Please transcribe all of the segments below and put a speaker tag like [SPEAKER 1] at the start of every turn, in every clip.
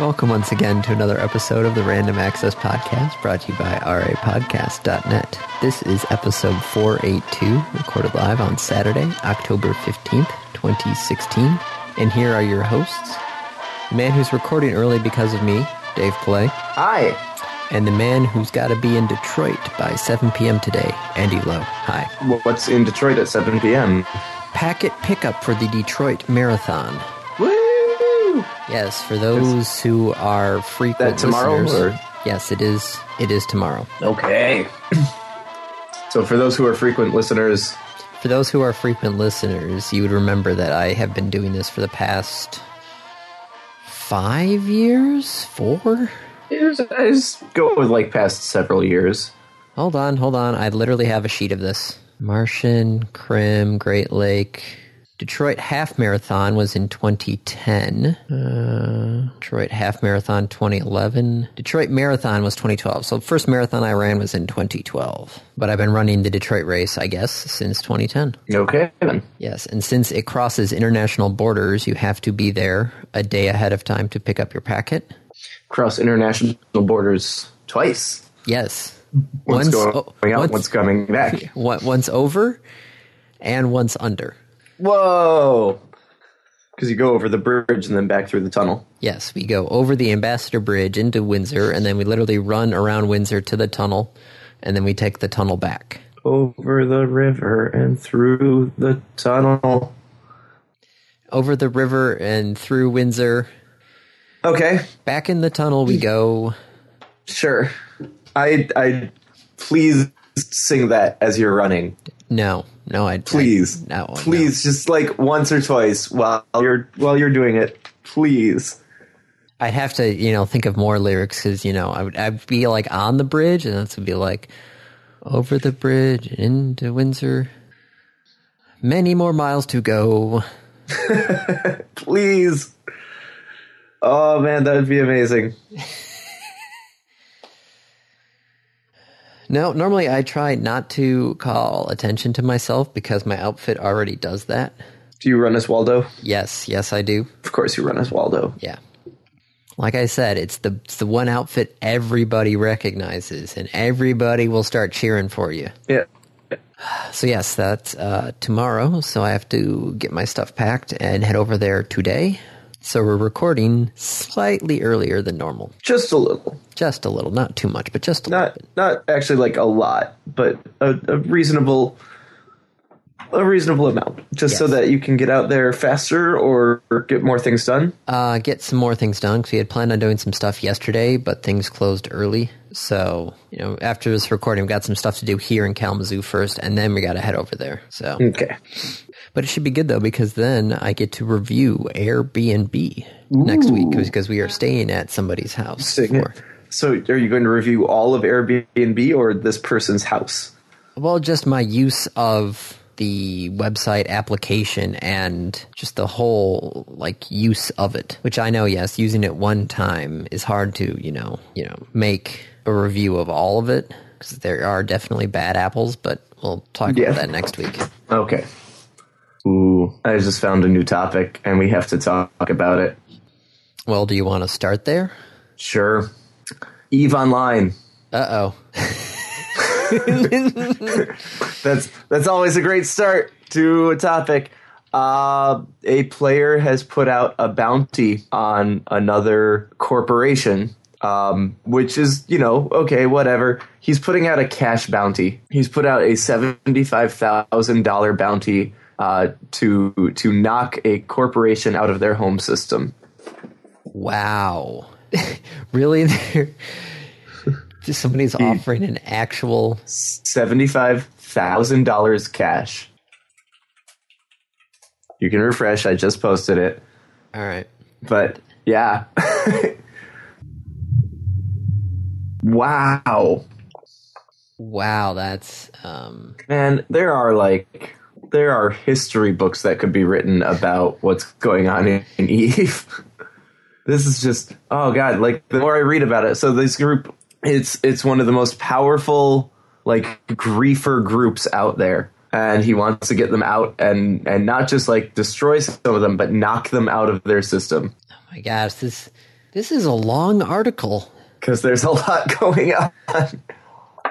[SPEAKER 1] Welcome once again to another episode of the Random Access Podcast brought to you by rapodcast.net. This is episode 482, recorded live on Saturday, October 15th, 2016. And here are your hosts the man who's recording early because of me, Dave Play,
[SPEAKER 2] Hi.
[SPEAKER 1] and the man who's got to be in Detroit by 7 p.m. today, Andy Lowe. Hi.
[SPEAKER 2] Wh- What's in Detroit at 7 p.m.?
[SPEAKER 1] Packet pickup for the Detroit Marathon.
[SPEAKER 2] Woo!
[SPEAKER 1] Yes, for those who are frequent
[SPEAKER 2] That tomorrow,
[SPEAKER 1] listeners-
[SPEAKER 2] or-
[SPEAKER 1] yes, it is. It is tomorrow.
[SPEAKER 2] Okay. so, for those who are frequent listeners,
[SPEAKER 1] For those who are frequent listeners, you would remember that I have been doing this for the past five years, four.
[SPEAKER 2] here's- I just go with like past several years.
[SPEAKER 1] Hold on, hold on. I literally have a sheet of this. Martian, Krim, Great Lake. Detroit Half Marathon was in 2010. Uh, Detroit Half Marathon 2011. Detroit Marathon was 2012. So the first marathon I ran was in 2012. But I've been running the Detroit race, I guess, since 2010.
[SPEAKER 2] Okay. then.
[SPEAKER 1] Yes, and since it crosses international borders, you have to be there a day ahead of time to pick up your packet.
[SPEAKER 2] Cross international borders twice.
[SPEAKER 1] Yes.
[SPEAKER 2] Once, going
[SPEAKER 1] oh,
[SPEAKER 2] out,
[SPEAKER 1] once-
[SPEAKER 2] once, coming back.
[SPEAKER 1] what once over and once under.
[SPEAKER 2] Whoa! Because you go over the bridge and then back through the tunnel.
[SPEAKER 1] Yes, we go over the Ambassador Bridge into Windsor and then we literally run around Windsor to the tunnel and then we take the tunnel back.
[SPEAKER 2] Over the river and through the tunnel.
[SPEAKER 1] Over the river and through Windsor,
[SPEAKER 2] Okay.
[SPEAKER 1] back in the tunnel we go.
[SPEAKER 2] Sure. I I please sing that as you're running.
[SPEAKER 1] No, no, I
[SPEAKER 2] Please.
[SPEAKER 1] I- no, no.
[SPEAKER 2] please just like once or twice while you're while you're doing it. Please.
[SPEAKER 1] I'd have to, you know, think of more lyrics because, you know, I would, I'd be like on the bridge and that's would be like over the bridge into Windsor. Many more miles to go.
[SPEAKER 2] Please. Oh man, that'd be amazing.
[SPEAKER 1] No, normally I try not to call attention to myself because my outfit already does that.
[SPEAKER 2] Do you run as Waldo?
[SPEAKER 1] Yes, yes, I do.
[SPEAKER 2] Of course you run as Waldo.
[SPEAKER 1] Yeah. Like I said, it's the it's the one outfit everybody recognizes and everybody will start cheering for you.
[SPEAKER 2] Yeah.
[SPEAKER 1] So yes, that's uh, tomorrow. So I have to get my stuff packed and head over there today. So we're recording slightly earlier than normal,
[SPEAKER 2] Just a little.
[SPEAKER 1] just a little, not too much, but just a little
[SPEAKER 2] Not
[SPEAKER 1] bit.
[SPEAKER 2] not actually like a lot, but a, a reasonable a reasonable amount. Just so
[SPEAKER 1] Yes.
[SPEAKER 2] that you can get out there faster or get more things done.
[SPEAKER 1] Uh, get some more things done because we had planned on doing some stuff yesterday, but things closed early. So you know, after this recording, we got some stuff to do here in Kalamazoo first, and then we got to head over there. So,
[SPEAKER 2] Okay.
[SPEAKER 1] but it should be good though because then I get to review Airbnb next week because we are staying at somebody's house.
[SPEAKER 2] Interesting.
[SPEAKER 1] for-
[SPEAKER 2] So, are you going to review all of Airbnb or this person's house?
[SPEAKER 1] Well, just my use of the website application and just the whole like use of it, which I know, yes, using it one time is hard to, you know, you know, make a review of all of it because there are definitely bad apples, but we'll talk
[SPEAKER 2] Yeah.
[SPEAKER 1] about that next week.
[SPEAKER 2] Okay. Ooh, I just found a new topic, and we have to talk about it.
[SPEAKER 1] Well, do you want to start there?
[SPEAKER 2] Sure. Eve Online.
[SPEAKER 1] Uh oh.
[SPEAKER 2] That's that's always a great start to a topic. Uh, a player has put out a bounty on another corporation, um, which is you know okay, whatever. He's putting out a cash bounty. He's put out a seventy-five thousand dollar bounty uh, to to knock a corporation out of their home system.
[SPEAKER 1] wow. really? There- Just somebody's offering an actual
[SPEAKER 2] Seventy-five thousand dollars cash. You can refresh. I just posted it.
[SPEAKER 1] All right.
[SPEAKER 2] but yeah. wow.
[SPEAKER 1] Wow, that's um
[SPEAKER 2] Man, there are like there are history books that could be written about what's going on in, in Eve. this is just oh god, like the more I read about it. So this group it's it's one of the most powerful like griefer groups out there. And he wants to get them out and and not just like destroy some of them, but knock them out of their system.
[SPEAKER 1] my gosh, this This is a long article.
[SPEAKER 2] because there's a lot going on.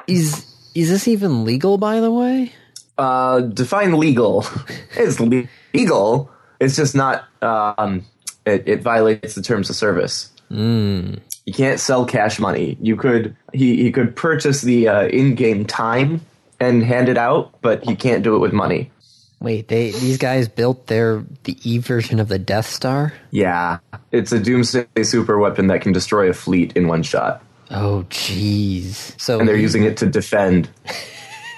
[SPEAKER 1] Is is this even legal? By the way,
[SPEAKER 2] Uh, define legal. It's le- legal. It's just not. Um, it, it violates the terms of service. You can't sell cash money. You could he he could purchase the uh, in-game time and hand it out, but he can't do it with money.
[SPEAKER 1] wait they these guys built their the E version of the Death Star.
[SPEAKER 2] Yeah, it's a doomsday super weapon that can destroy a fleet in one shot,
[SPEAKER 1] Oh, jeez. So
[SPEAKER 2] and they're using it to defend.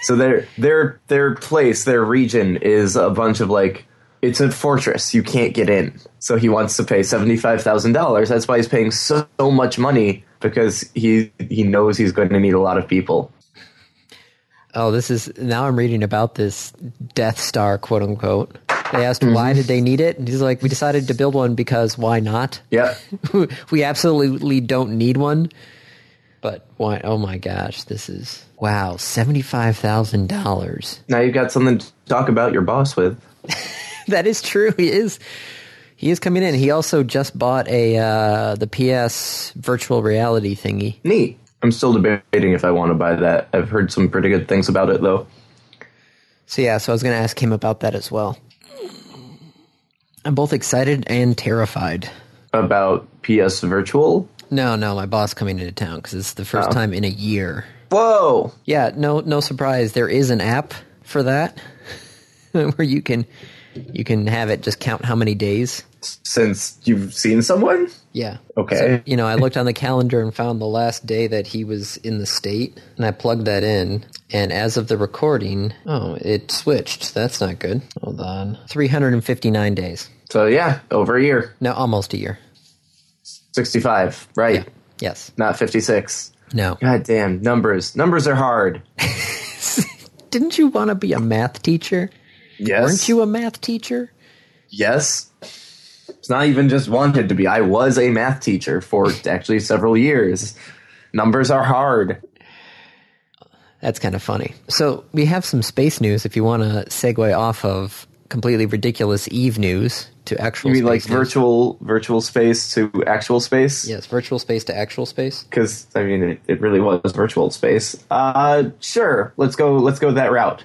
[SPEAKER 2] So their their their place, their region is a bunch of like it's a fortress. You can't get in. So he wants to pay seventy five thousand dollars. That's why he's paying so, so much money because he he knows he's going to need a lot of people.
[SPEAKER 1] Oh, this is now I'm reading about this Death Star, quote unquote. They asked why
[SPEAKER 2] Mm-hmm.
[SPEAKER 1] did they need it, and he's like, "We decided to build one because why not?
[SPEAKER 2] Yep.
[SPEAKER 1] we absolutely don't need one, but why? Oh my gosh, this is wow, seventy five thousand dollars.
[SPEAKER 2] Now you've got something to talk about your boss with.
[SPEAKER 1] That is true. He is he is coming in. He also just bought a uh, the PS virtual reality thingy.
[SPEAKER 2] Neat. I'm still debating if I want to buy that. I've heard some pretty good things about it though.
[SPEAKER 1] So yeah, so I was going to ask him about that as well. I'm both excited and terrified.
[SPEAKER 2] About PS Virtual.
[SPEAKER 1] No, no, my boss coming into town because it's the first time in a year.
[SPEAKER 2] Whoa.
[SPEAKER 1] Oh. Yeah, no, no surprise. There is an app for that where you can you can have it just count how many days.
[SPEAKER 2] Since you've seen someone?
[SPEAKER 1] Yeah.
[SPEAKER 2] Okay.
[SPEAKER 1] You know, I looked on the calendar and found the last day that he was in the state, and I plugged that in. And as of the recording, oh, it switched. That's not good. Hold on, three hundred and fifty nine days.
[SPEAKER 2] So yeah, over a year.
[SPEAKER 1] No, almost a year.
[SPEAKER 2] 65, right?
[SPEAKER 1] Yes.
[SPEAKER 2] Not 56.
[SPEAKER 1] No.
[SPEAKER 2] God damn, numbers. Numbers are hard.
[SPEAKER 1] Didn't you want to be a math teacher?
[SPEAKER 2] Yes.
[SPEAKER 1] Weren't you a math teacher?
[SPEAKER 2] Yes. It's not even just wanted to be. I was a math teacher for actually several years. Numbers are hard.
[SPEAKER 1] That's kind of funny. So we have some space news. If you want to segue off of completely ridiculous Eve news to actual,
[SPEAKER 2] You mean like
[SPEAKER 1] space news.
[SPEAKER 2] virtual virtual space to actual space?
[SPEAKER 1] Yes, virtual space to actual space.
[SPEAKER 2] Because I mean, it, it really was virtual space. Uh, sure. Let's go. Let's go that route.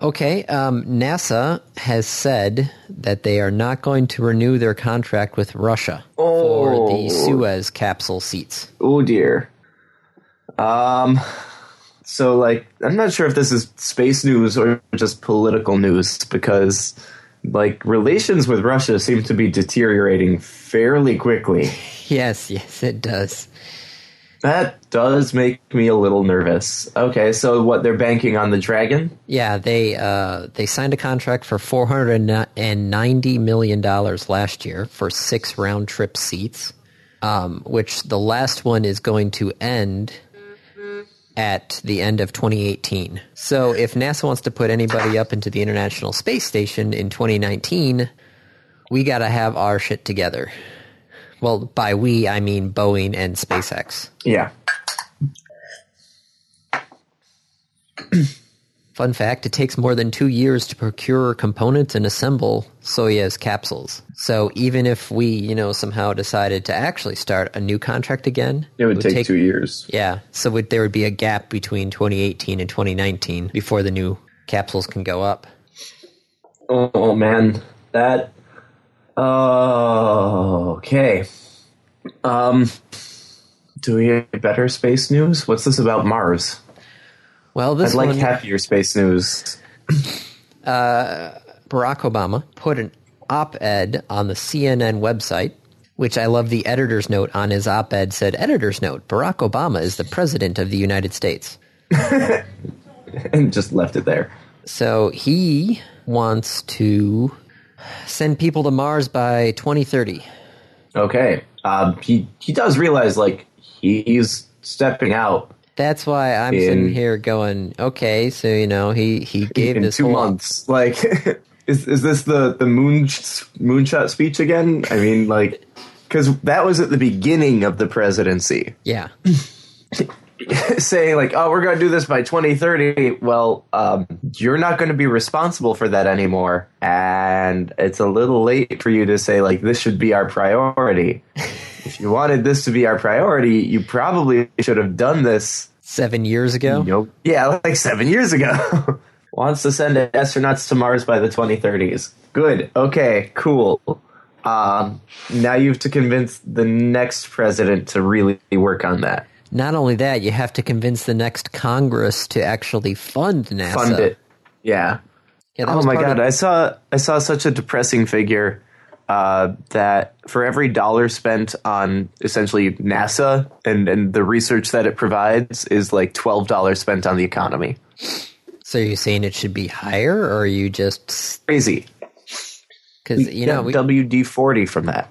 [SPEAKER 1] Okay, um, NASA has said that they are not going to renew their contract with Russia for the
[SPEAKER 2] Oh.
[SPEAKER 1] Suez capsule seats.
[SPEAKER 2] Oh dear. Um so like I'm not sure if this is space news or just political news because like relations with Russia seem to be deteriorating fairly quickly.
[SPEAKER 1] Yes, yes, it does.
[SPEAKER 2] That does make me a little nervous. Okay, so what they're banking on the dragon?
[SPEAKER 1] Yeah, they uh, they signed a contract for four hundred and ninety million dollars last year for six round trip seats, um, which the last one is going to end at the end of 2018. So if NASA wants to put anybody up into the International Space Station in 2019, we got to have our shit together. Well, by we I mean Boeing and SpaceX.
[SPEAKER 2] Yeah.
[SPEAKER 1] Fun fact it takes more than two years to procure components and assemble Soyuz capsules. So even if we, you know, somehow decided to actually start a new contract again,
[SPEAKER 2] It would, take, 2 years.
[SPEAKER 1] Yeah. So would, there would be a gap between 2018 and 2019 before the new capsules can go up.
[SPEAKER 2] Oh, oh, man. That Oh, okay. Um do we have better space news? What's this about Mars?
[SPEAKER 1] Well, this
[SPEAKER 2] I'd like
[SPEAKER 1] one,
[SPEAKER 2] happier space news.
[SPEAKER 1] Barack Obama put an op-ed on the CNN website. Which I love the editor's note on his op ed said, Editor's note, Barack Obama is the president of the United States.
[SPEAKER 2] And just left it there.
[SPEAKER 1] So he wants to send people to Mars by 2030.
[SPEAKER 2] Okay. Um, he, he does realize, like, he's stepping out
[SPEAKER 1] That's why I'm
[SPEAKER 2] In-
[SPEAKER 1] sitting here going, okay, so you know he he gave
[SPEAKER 2] in
[SPEAKER 1] this
[SPEAKER 2] two
[SPEAKER 1] whole-
[SPEAKER 2] months. Like, is, is this the, the moon moonshot speech again? I mean, like, because that was at the beginning of the presidency.
[SPEAKER 1] yeah,
[SPEAKER 2] Saying, like, oh, we're going to do this by 2030. Well, um, you're not going to be responsible for that anymore. And it's a little late for you to say, like, this should be our priority. if you wanted this to be our priority, you probably should have done this.
[SPEAKER 1] Seven years ago?
[SPEAKER 2] You know, yeah, like seven years ago. Wants to send astronauts to Mars by the 2030s. Good. Okay. Cool. Um, now you have to convince the next president to really work on that.
[SPEAKER 1] Not only that, you have to convince the next Congress to actually fund NASA.
[SPEAKER 2] Fund it. Yeah.
[SPEAKER 1] Yeah, that
[SPEAKER 2] Oh
[SPEAKER 1] was
[SPEAKER 2] my
[SPEAKER 1] part
[SPEAKER 2] god,
[SPEAKER 1] of-
[SPEAKER 2] I saw I saw such a depressing figure uh, that for every dollar spent on essentially NASA and, and the research that it provides is like twelve dollars spent on the economy.
[SPEAKER 1] so are you saying it should be higher, or are you just
[SPEAKER 2] Crazy.
[SPEAKER 1] because you know? We,
[SPEAKER 2] WD forty from that.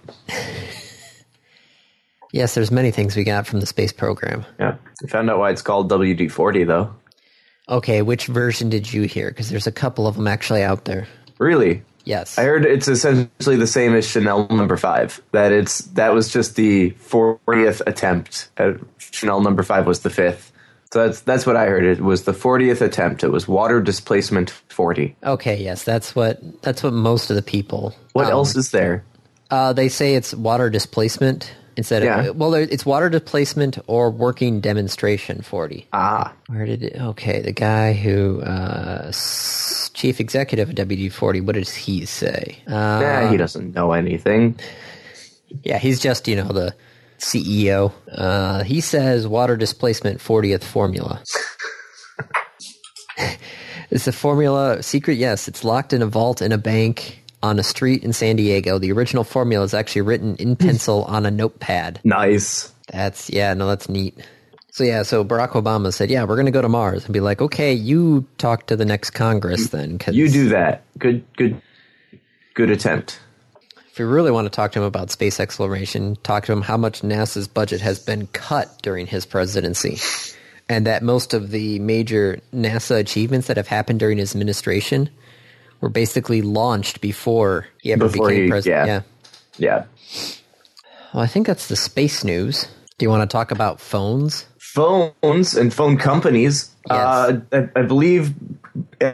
[SPEAKER 1] yes, there's many things we got from the space program.
[SPEAKER 2] Yeah. I found out why it's called WD forty though.
[SPEAKER 1] Okay, which version did you hear? Because there's a couple of them actually out there.
[SPEAKER 2] Really?
[SPEAKER 1] Yes.
[SPEAKER 2] I heard it's essentially the same as Chanel number five. That it's that was just the fortieth attempt. At Chanel number five was the fifth. So that's that's what I heard. It was the fortieth attempt. It was water displacement forty.
[SPEAKER 1] okay. Yes, that's what that's what most of the people.
[SPEAKER 2] What
[SPEAKER 1] um,
[SPEAKER 2] else is there?
[SPEAKER 1] Uh, they say it's water displacement instead
[SPEAKER 2] Yeah.
[SPEAKER 1] of well, there- it's water displacement or working demonstration forty.
[SPEAKER 2] Ah,
[SPEAKER 1] Where did it? Okay, the guy who uh, s- chief executive of WD forty. What does he say? Uh,
[SPEAKER 2] nah, he doesn't know anything.
[SPEAKER 1] Yeah, he's just you know the CEO. Uh, he says water displacement fortieth formula. it's a formula secret. Yes, it's locked in a vault in a bank on a street in San Diego. The original formula is actually written in pencil on a notepad.
[SPEAKER 2] Nice.
[SPEAKER 1] That's yeah, no, that's neat. So yeah, so Barack Obama said, "Yeah, we're going to go to Mars," and be like, "Okay, you talk to the next Congress then, because
[SPEAKER 2] You do that. Good, good, good attempt.
[SPEAKER 1] If you really want to talk to him about space exploration, talk to him how much NASA's budget has been cut during his presidency. And that most of the major NASA achievements that have happened during his administration were basically launched before he ever
[SPEAKER 2] Before
[SPEAKER 1] became
[SPEAKER 2] he-
[SPEAKER 1] president.
[SPEAKER 2] yeah. Yeah.
[SPEAKER 1] Well, I think that's the space news. Do you want to talk about phones?
[SPEAKER 2] phones and phone companies.
[SPEAKER 1] Yes.
[SPEAKER 2] Uh, I, I believe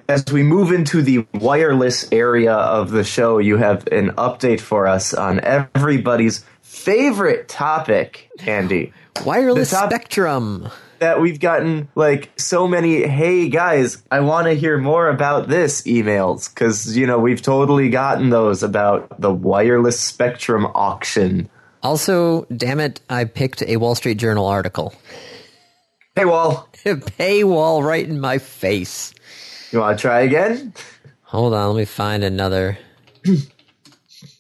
[SPEAKER 2] as we move into the wireless area of the show, you have an update for us on everybody's favorite topic, Andy.
[SPEAKER 1] Wireless
[SPEAKER 2] The top-
[SPEAKER 1] spectrum.
[SPEAKER 2] That we've gotten like so many, hey guys, I want to hear more about this emails because, you know, we've totally gotten those about the wireless spectrum auction.
[SPEAKER 1] Also, damn it, I picked a Wall Street Journal article.
[SPEAKER 2] Hey, Wall,
[SPEAKER 1] Paywall right in my face.
[SPEAKER 2] you want to try again?
[SPEAKER 1] Hold on, let me find another.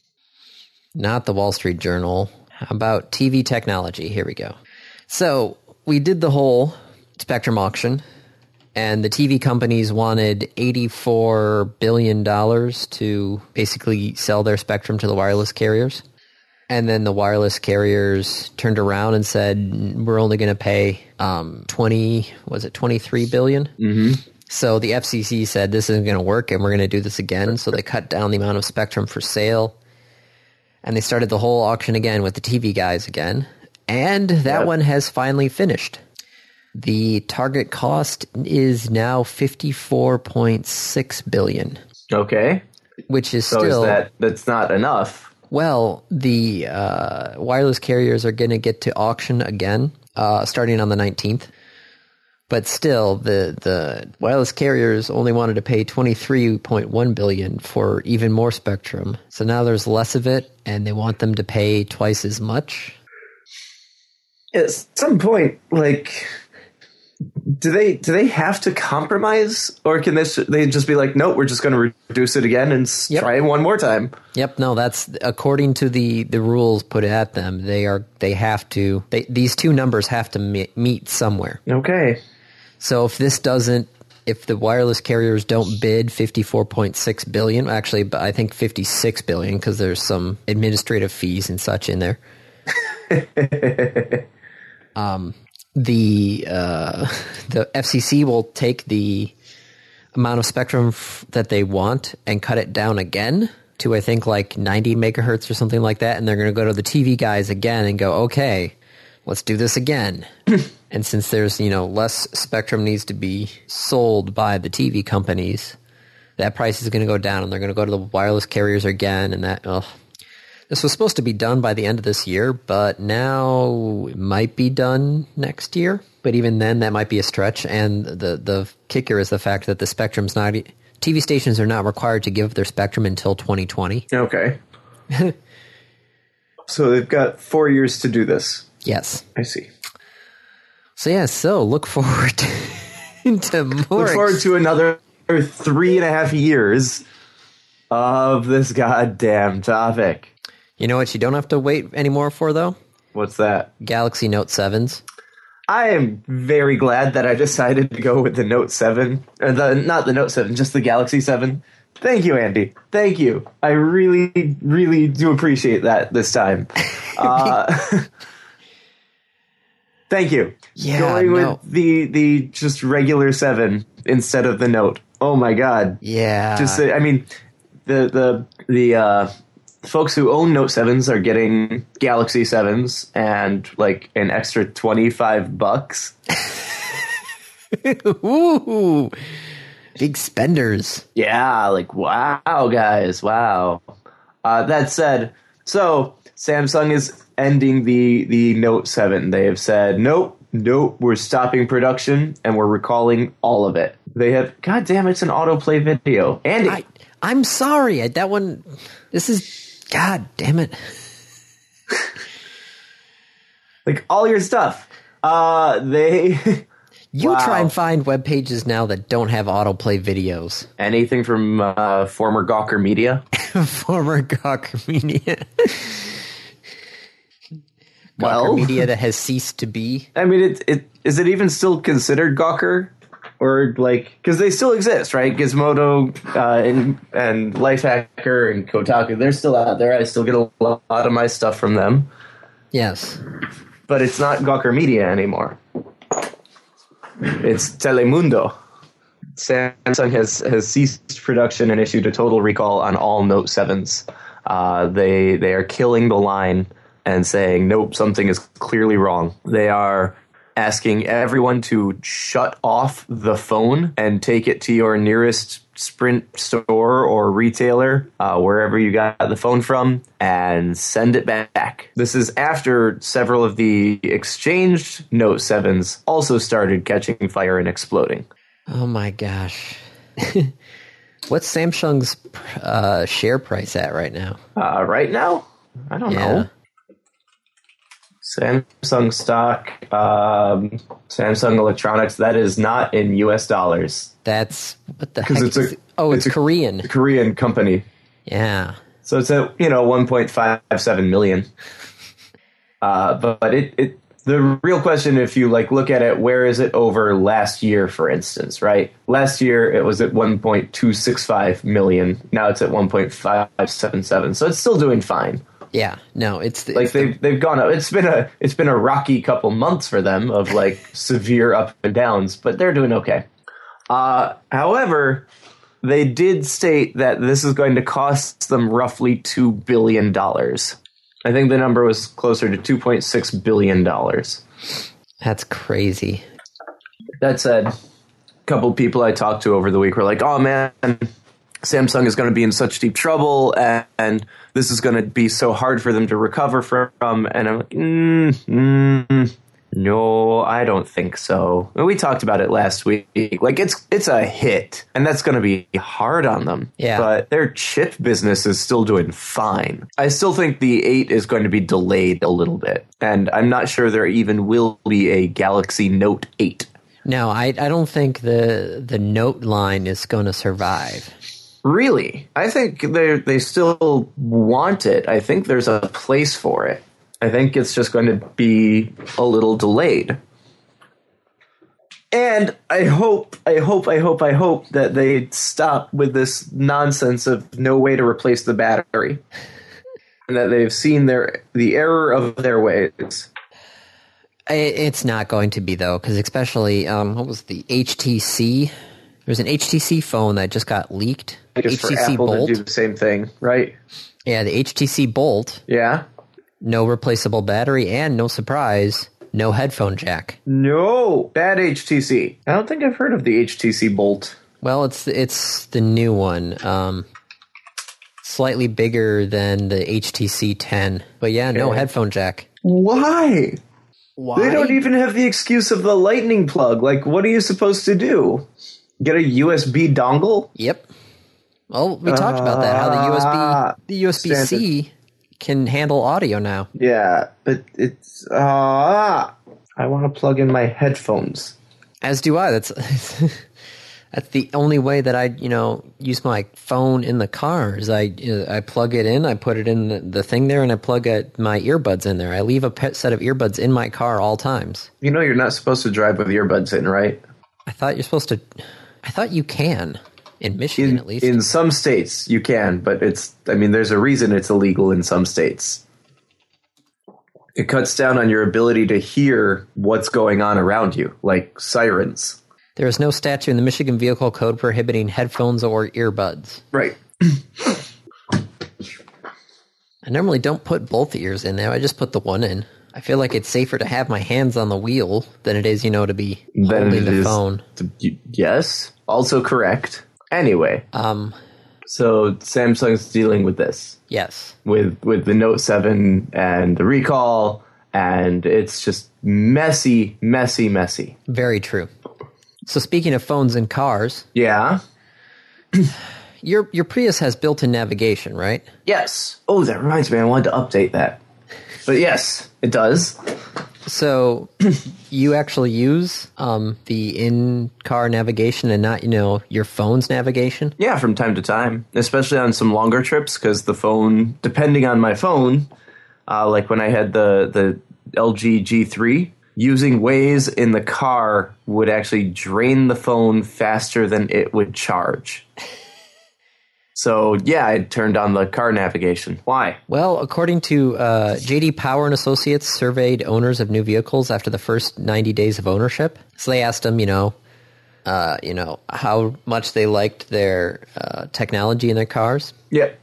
[SPEAKER 1] Not the Wall Street Journal. How about TV technology? Here we go. So we did the whole spectrum auction, and the TV companies wanted $84 billion to basically sell their spectrum to the wireless carriers. And then the wireless carriers turned around and said, "We're only going to pay um, twenty. Was it twenty three Mm-hmm. So the FCC said this isn't going to work, and we're going to do this again. So they cut down the amount of spectrum for sale, and they started the whole auction again with the TV guys again. And that
[SPEAKER 2] Yep.
[SPEAKER 1] one has finally finished. The target cost is now fifty four point six billion,
[SPEAKER 2] Okay.
[SPEAKER 1] which is
[SPEAKER 2] So
[SPEAKER 1] still
[SPEAKER 2] is that, that's not enough.
[SPEAKER 1] well, the uh, wireless carriers are going to get to auction again, uh, starting on the nineteenth. But still, the the wireless carriers only wanted to pay twenty three point one billion for even more spectrum. So now there's less of it, and they want them to pay twice as much.
[SPEAKER 2] at some point, like, do they do they have to compromise, or can this they just be like, nope, we're just going to reduce it again and s
[SPEAKER 1] Yep.
[SPEAKER 2] try one more time?
[SPEAKER 1] Yep, no, that's according to the the rules put at them. They are they have to they, these two numbers have to me- meet somewhere.
[SPEAKER 2] Okay,
[SPEAKER 1] So if this doesn't, if the wireless carriers don't bid fifty-four point six billion, actually, but I think fifty-six billion because there's some administrative fees and such in there. um, the uh, the FCC will take the amount of spectrum f- that they want and cut it down again to I think like 90 megahertz or something like that and they're going to go to the TV guys again and go okay let's do this again and since there's you know less spectrum needs to be sold by the TV companies that price is going to go down and they're going to go to the wireless carriers again and that ugh. This was supposed to be done by the end of this year, but now it might be done next year. But even then, that might be a stretch. And the the kicker is the fact that the spectrum's not TV stations are not required to give their spectrum until 2020.
[SPEAKER 2] Okay. so they've got four years to do this.
[SPEAKER 1] Yes.
[SPEAKER 2] I see.
[SPEAKER 1] So yeah. So look forward to more.
[SPEAKER 2] Look forward to another three and a half years of this goddamn topic.
[SPEAKER 1] you know what? You don't have to wait anymore for though.
[SPEAKER 2] What's that?
[SPEAKER 1] Galaxy Note sevens.
[SPEAKER 2] I am very glad that I decided to go with the Note 7. Or the not the Note 7, just the Galaxy 7. Thank you, Andy. Thank you. I really, really do appreciate that this time. Uh, thank you.
[SPEAKER 1] Yeah,
[SPEAKER 2] Going
[SPEAKER 1] no.
[SPEAKER 2] with the the just regular seven instead of the note. Oh my god.
[SPEAKER 1] Yeah.
[SPEAKER 2] Just uh, I mean the the the uh folks who own Note 7s are getting Galaxy 7s and like an extra 25 bucks.
[SPEAKER 1] Ooh, big spenders.
[SPEAKER 2] Yeah, like wow, guys, wow. Uh, that said, so Samsung is ending the the Note Seven. They have said, nope, nope, we're stopping production and we're recalling all of it. They have, god damn, it's an autoplay video, and
[SPEAKER 1] I I'm sorry. I- That one. This is. God damn it.
[SPEAKER 2] like all your stuff. Uh, they
[SPEAKER 1] You
[SPEAKER 2] Wow.
[SPEAKER 1] try and find web pages now that don't have autoplay videos.
[SPEAKER 2] anything from uh, former Gawker Media.
[SPEAKER 1] Former Gawker Media.
[SPEAKER 2] Well,
[SPEAKER 1] Gawker Media that has ceased to be.
[SPEAKER 2] I mean, it it is it even still considered Gawker, or like because they still exist, right? Gizmodo uh, and and Lifehacker and Kotaku, they're still out there. I still get a lot of my stuff from them,
[SPEAKER 1] Yes.
[SPEAKER 2] but it's not Gawker Media anymore. It's Telemundo. Samsung has has ceased production and issued a total recall on all Note Sevens. Uh, they they are killing the line and saying nope, something is clearly wrong. They are asking everyone to shut off the phone and take it to your nearest Sprint store or retailer, uh, wherever you got the phone from, and send it back. This is after several of the exchanged Note Sevens also started catching fire and exploding.
[SPEAKER 1] Oh my gosh. What's Samsung's uh, share price at right now?
[SPEAKER 2] Uh, right now, I don't
[SPEAKER 1] Yeah.
[SPEAKER 2] know. Samsung stock, um, Samsung Electronics. That is not in U.S. dollars.
[SPEAKER 1] That's. What the heck?
[SPEAKER 2] it's a-
[SPEAKER 1] is- oh, it's,
[SPEAKER 2] it's a-
[SPEAKER 1] Korean.
[SPEAKER 2] Korean company,
[SPEAKER 1] yeah.
[SPEAKER 2] so it's at you know 1.57 million. Uh, but, but it, it the real question, if you like look at it, where is it over last year, for instance? Right, last year it was at 1.265 million. Now it's at 1.577. So it's still doing fine.
[SPEAKER 1] Yeah. No, it's.
[SPEAKER 2] like they've they've gone up. It's been a it's been a rocky couple months for them of like severe up and downs, but they're doing okay. Uh, however, they did state that this is going to cost them roughly two billion dollars. I think the number was closer to two point six billion dollars.
[SPEAKER 1] That's crazy.
[SPEAKER 2] That said, a couple people I talked to over the week were like, "Oh man, Samsung is going to be in such deep trouble, and, and this is going to be so hard for them to recover from." And I'm like, mm, mm, "No, I don't think so." And we talked about it last week. Like, it's it's a hit, and that's going to be hard on them.
[SPEAKER 1] Yeah.
[SPEAKER 2] but their chip business is still doing fine. I still think the eight is going to be delayed a little bit, and I'm not sure there even will be a Galaxy Note eight.
[SPEAKER 1] No, I, I don't think the the note line is going to survive.
[SPEAKER 2] Really? I think they they still want it. I think there's a place for it. I think it's just going to be a little delayed. And I hope, I hope, I hope, I hope that they stop with this nonsense of no way to replace the battery. And that they've seen their the error of their ways.
[SPEAKER 1] I- It's not going to be though, because especially um, what was the HTC? There's an HTC phone that just got leaked.
[SPEAKER 2] Just for
[SPEAKER 1] HTC
[SPEAKER 2] Apple
[SPEAKER 1] Bolt.
[SPEAKER 2] to do the same thing, right?
[SPEAKER 1] Yeah, the HTC Bolt.
[SPEAKER 2] Yeah.
[SPEAKER 1] No replaceable battery, and no surprise, no headphone jack.
[SPEAKER 2] No, bad HTC. I don't think I've heard of the HTC Bolt.
[SPEAKER 1] Well, it's it's the new one. Um, slightly bigger than the HTC 10. But yeah, no
[SPEAKER 2] Okay.
[SPEAKER 1] headphone jack.
[SPEAKER 2] Why?
[SPEAKER 1] Why?
[SPEAKER 2] They don't even have the excuse of the lightning plug. Like, what are you supposed to do? Get a USB dongle?
[SPEAKER 1] Yep. Well, we talked about that. How the
[SPEAKER 2] Ah,
[SPEAKER 1] USB the USB C can handle audio now.
[SPEAKER 2] Yeah, but it's ah. I want to plug in my headphones.
[SPEAKER 1] As do I. That's that's the only way that I you know use my phone in the car. Is I I plug it in, I put it in the, the thing there, and I plug uh my earbuds in there. I leave a pet set of earbuds in my car all times.
[SPEAKER 2] You know, you're not supposed to drive with earbuds in, right?
[SPEAKER 1] I thought you're supposed to. I thought you can in Michigan
[SPEAKER 2] In,
[SPEAKER 1] at least.
[SPEAKER 2] in some states, you can, but it's. I mean, there's a reason it's illegal in some states. It cuts down on your ability to hear what's going on around you, like sirens.
[SPEAKER 1] there is no statute in the Michigan Vehicle Code prohibiting headphones or earbuds.
[SPEAKER 2] Right.
[SPEAKER 1] I normally don't put both ears in there. I just put the one in. I feel like it's safer to have my hands on the wheel than it is, you know, to be
[SPEAKER 2] Then
[SPEAKER 1] holding
[SPEAKER 2] it
[SPEAKER 1] the
[SPEAKER 2] is-
[SPEAKER 1] phone.
[SPEAKER 2] Yes. Also correct. Anyway,
[SPEAKER 1] Um,
[SPEAKER 2] so Samsung's dealing with this.
[SPEAKER 1] yes.
[SPEAKER 2] with with the Note Seven and the recall, and it's just messy, messy, messy.
[SPEAKER 1] Very true. So speaking of phones and cars,
[SPEAKER 2] Yeah.
[SPEAKER 1] your your Prius has built-in navigation, right?
[SPEAKER 2] Yes. Oh, that reminds me. I wanted to update that. But yes, it does.
[SPEAKER 1] So you actually use um, the in-car navigation and not, you know, your phone's navigation.
[SPEAKER 2] Yeah, from time to time, especially on some longer trips, because the phone, depending on my phone, uh, like when I had the the LG G3, using Waze in the car would actually drain the phone faster than it would charge. so yeah, I turned on the car navigation. Why?
[SPEAKER 1] Well, according to uh, JD Power and Associates, surveyed owners of new vehicles after the first 90 days of ownership. So they asked them, you know, uh, you know, how much they liked their uh, technology in their cars.
[SPEAKER 2] Yep.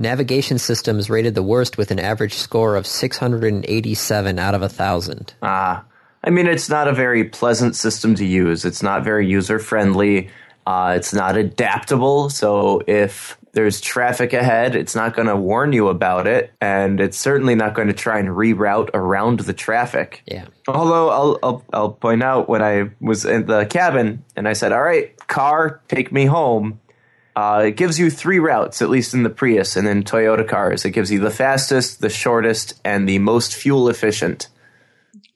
[SPEAKER 1] Navigation systems rated the worst with an average score of 687 out of 1,000.
[SPEAKER 2] Ah, I mean, it's not a very pleasant system to use. It's not very user friendly. Uh, it's not adaptable. So if there's traffic ahead, it's not going to warn you about it, and it's certainly not going to try and reroute around the traffic.
[SPEAKER 1] Yeah.
[SPEAKER 2] Although I'll, I'll I'll point out when I was in the cabin and I said, "All right, car, take me home." Uh, it gives you three routes, at least in the Prius and in Toyota cars. It gives you the fastest, the shortest, and the most fuel efficient.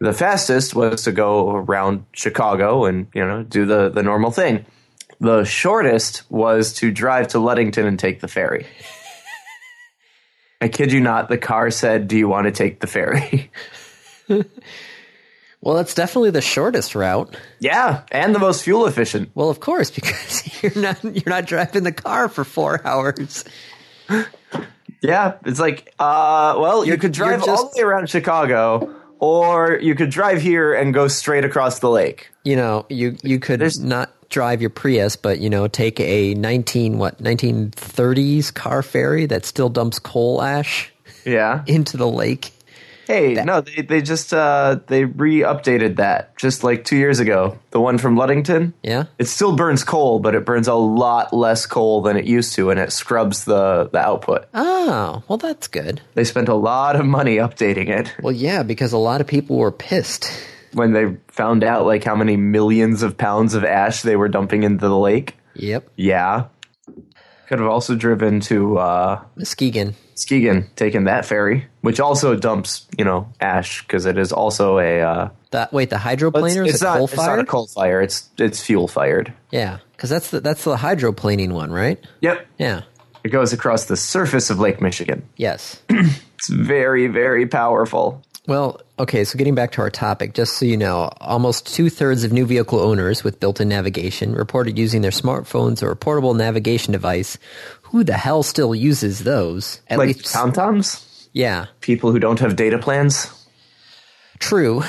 [SPEAKER 2] The fastest was to go around Chicago and you know do the the normal thing. The shortest was to drive to Ludington and take the ferry. I kid you not. The car said, "Do you want to take the ferry?"
[SPEAKER 1] Well, that's definitely the shortest route.
[SPEAKER 2] Yeah, and the most fuel efficient.
[SPEAKER 1] Well, of course, because you're not you're not driving the car for 4 hours.
[SPEAKER 2] Yeah, it's like, uh, well, you
[SPEAKER 1] You're-
[SPEAKER 2] could drive
[SPEAKER 1] you're
[SPEAKER 2] all the way around Chicago, or you could drive here and go straight across the lake.
[SPEAKER 1] you know, you you could not drive your Prius, but you know, take a nineteen what nineteen thirties car ferry that still dumps coal ash
[SPEAKER 2] Yeah.
[SPEAKER 1] into the lake.
[SPEAKER 2] Hey, no, they they just uh, they re-updated that just like two years ago. The one from Ludington.
[SPEAKER 1] Yeah,
[SPEAKER 2] It still burns coal, but it burns a lot less coal than it used to, and it scrubs the the output.
[SPEAKER 1] Oh, well, that's good.
[SPEAKER 2] They spent a lot of money updating it
[SPEAKER 1] Well, yeah, because a lot of people were pissed.
[SPEAKER 2] when they found out like how many millions of pounds of ash they were dumping into the lake.
[SPEAKER 1] Yep,
[SPEAKER 2] Yeah. Could have also driven to uh,
[SPEAKER 1] Muskegon.
[SPEAKER 2] Skegan, taken that ferry, which also dumps, you know, ash because it is also a. Uh,
[SPEAKER 1] That wait, the hydroplaner is
[SPEAKER 2] it's,
[SPEAKER 1] a
[SPEAKER 2] not,
[SPEAKER 1] coal
[SPEAKER 2] it's not a
[SPEAKER 1] fire.
[SPEAKER 2] coal fire. It's it's fuel fired.
[SPEAKER 1] yeah, because that's the that's the hydroplaning one, right?
[SPEAKER 2] Yep.
[SPEAKER 1] Yeah.
[SPEAKER 2] It goes across the surface of Lake Michigan.
[SPEAKER 1] Yes.
[SPEAKER 2] It's very very powerful.
[SPEAKER 1] Well, okay, so getting back to our topic, just so you know, almost two thirds of new vehicle owners with built in navigation reported using their smartphones or a portable navigation device. Who the hell still uses those? At
[SPEAKER 2] Like
[SPEAKER 1] least,
[SPEAKER 2] TomToms,
[SPEAKER 1] yeah,
[SPEAKER 2] people who don't have data plans.
[SPEAKER 1] true.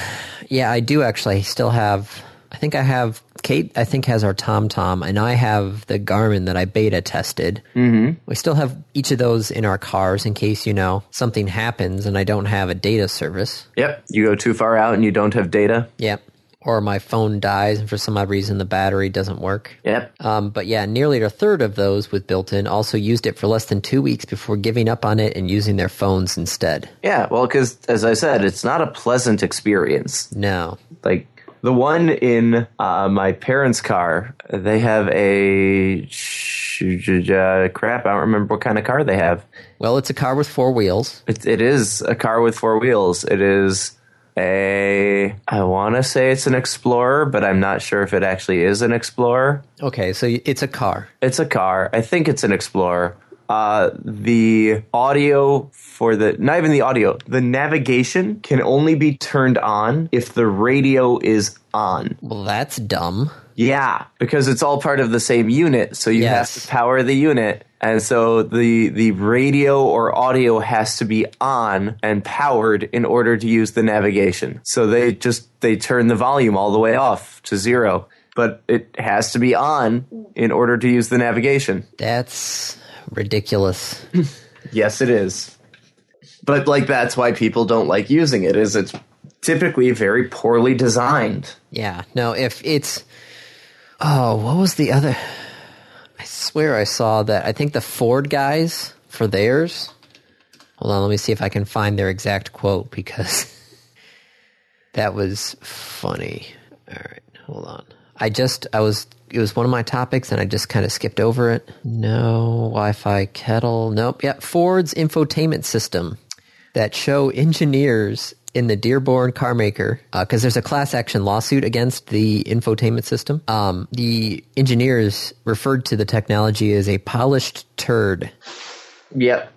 [SPEAKER 1] Yeah, I do actually still have. I think I have Kate. I think has our TomTom, and I have the Garmin that I beta tested. Mm-hmm. We still have each of those in our cars in case you know something happens and I don't have a data service.
[SPEAKER 2] Yep. You go too far out and you don't have data.
[SPEAKER 1] Yep. or my phone dies and for some odd reason the battery doesn't work.
[SPEAKER 2] Yep.
[SPEAKER 1] Um, but yeah, nearly a third of those with built in also used it for less than two weeks before giving up on it and using their phones instead.
[SPEAKER 2] Yeah. Well, because as I said, it's not a pleasant experience.
[SPEAKER 1] No.
[SPEAKER 2] like the one in uh, my parents' car. They have a sh- sh- uh, crap. I don't remember what kind of car they have.
[SPEAKER 1] Well, it's a car with four wheels.
[SPEAKER 2] It, it is a car with four wheels. It is a. I want to say it's an Explorer, but I'm not sure if it actually is an Explorer.
[SPEAKER 1] Okay, so y- it's a car.
[SPEAKER 2] It's a car. I think it's an Explorer. Uh, the audio for the not even the audio. The navigation can only be turned on if the radio is on.
[SPEAKER 1] Well, that's dumb.
[SPEAKER 2] Yeah, because it's all part of the same unit, so you
[SPEAKER 1] Yes.
[SPEAKER 2] have to power the unit. And so the the radio or audio has to be on and powered in order to use the navigation. So they just they turn the volume all the way off to zero, but it has to be on in order to use the navigation.
[SPEAKER 1] That's ridiculous.
[SPEAKER 2] Yes, it is. But like that's why people don't like using it is it's typically very poorly designed.
[SPEAKER 1] Yeah. No, if it's Oh, what was the other I swear I saw that I think the Ford guys for theirs. Hold on, let me see if I can find their exact quote because that was funny. All right, hold on. I just I was it was one of my topics and I just kind of skipped over it. No Wi-Fi kettle. Nope. Yep. Ford's infotainment system that show engineers in the Dearborn car maker because there's a class action lawsuit against the infotainment system. Um, the engineers referred to the technology as a polished turd.
[SPEAKER 2] Yep.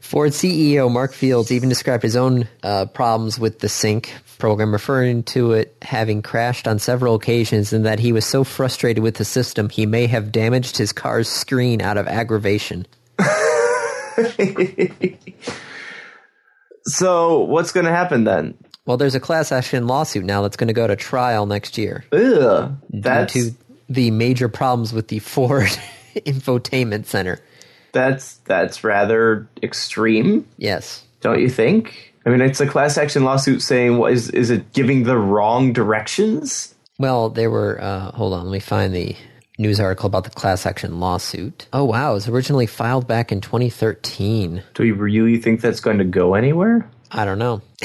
[SPEAKER 1] Ford CEO E Mark Fields even described his own uh, problems with the sync program, referring to it having crashed on several occasions and that he was so frustrated with the system he may have damaged his car's screen out of aggravation.
[SPEAKER 2] So what's going to happen then?
[SPEAKER 1] Well, there's a class action lawsuit now that's going to go to trial next year
[SPEAKER 2] Ugh, that's
[SPEAKER 1] due to the major problems with the Ford infotainment center.
[SPEAKER 2] that's that's rather extreme,
[SPEAKER 1] Yes.
[SPEAKER 2] don't you think? I mean, it's a class action lawsuit saying what is is it giving the wrong directions?
[SPEAKER 1] Well, there were. Uh, hold on, let me find the news article about the class action lawsuit. Oh wow, it was originally filed back in 2013.
[SPEAKER 2] Do we really think that's going to go anywhere?
[SPEAKER 1] I don't know.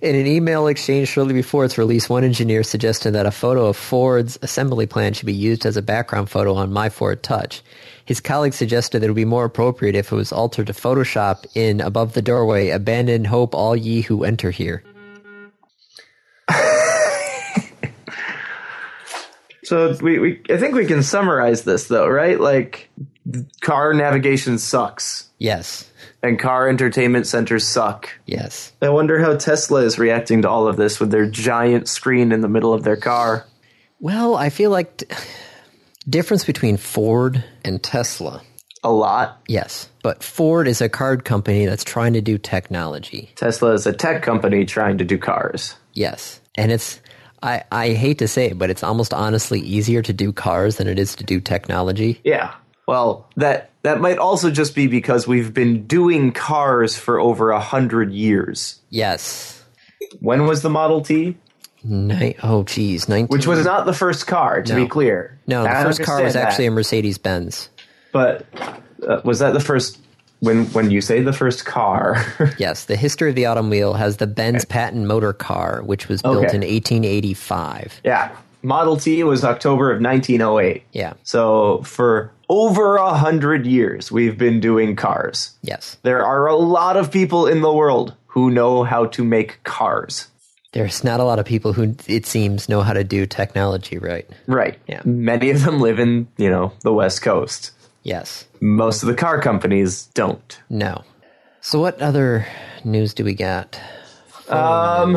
[SPEAKER 1] In an email exchange shortly before its release, one engineer suggested that a photo of Ford's assembly plan should be used as a background photo on My Ford Touch. His colleague suggested that it would be more appropriate if it was altered to Photoshop in Above the Doorway, Abandon Hope All Ye Who Enter Here.
[SPEAKER 2] So we, we I think we can summarize this though, right? Like car navigation sucks
[SPEAKER 1] Yes.
[SPEAKER 2] and car entertainment centers suck.
[SPEAKER 1] Yes.
[SPEAKER 2] I wonder how Tesla is reacting to all of this with their giant screen in the middle of their car.
[SPEAKER 1] Well, I feel like t- difference between Ford and Tesla.
[SPEAKER 2] A lot.
[SPEAKER 1] Yes, but Ford is a card company that's trying to do technology.
[SPEAKER 2] Tesla is a tech company trying to do cars.
[SPEAKER 1] Yes, and it's I I hate to say it, but it's almost honestly easier to do cars than it is to do technology.
[SPEAKER 2] Yeah. Well, that that might also just be because we've been doing cars for over a hundred years.
[SPEAKER 1] Yes.
[SPEAKER 2] When was the Model T?
[SPEAKER 1] Ni- oh geez, 19
[SPEAKER 2] Which was not the first car, to
[SPEAKER 1] No.
[SPEAKER 2] be clear.
[SPEAKER 1] No, the
[SPEAKER 2] I
[SPEAKER 1] first car
[SPEAKER 2] understand
[SPEAKER 1] was
[SPEAKER 2] that,
[SPEAKER 1] actually a Mercedes Benz.
[SPEAKER 2] But uh, was that the first? When when you say the first car,
[SPEAKER 1] Yes, the history of the automobile has the Benz patent motor car, which was built
[SPEAKER 2] Okay.
[SPEAKER 1] in 1885.
[SPEAKER 2] yeah, Model T was October of 1908.
[SPEAKER 1] Yeah.
[SPEAKER 2] So for over a hundred years, we've been doing cars.
[SPEAKER 1] Yes.
[SPEAKER 2] There are a lot of people in the world who know how to make cars.
[SPEAKER 1] There's not a lot of people who it seems know how to do technology right.
[SPEAKER 2] Right.
[SPEAKER 1] Yeah.
[SPEAKER 2] Many of them live in, you know, the West Coast.
[SPEAKER 1] Yes.
[SPEAKER 2] Most of the car companies don't.
[SPEAKER 1] No. So what other news do we got?
[SPEAKER 2] Phone
[SPEAKER 1] Um,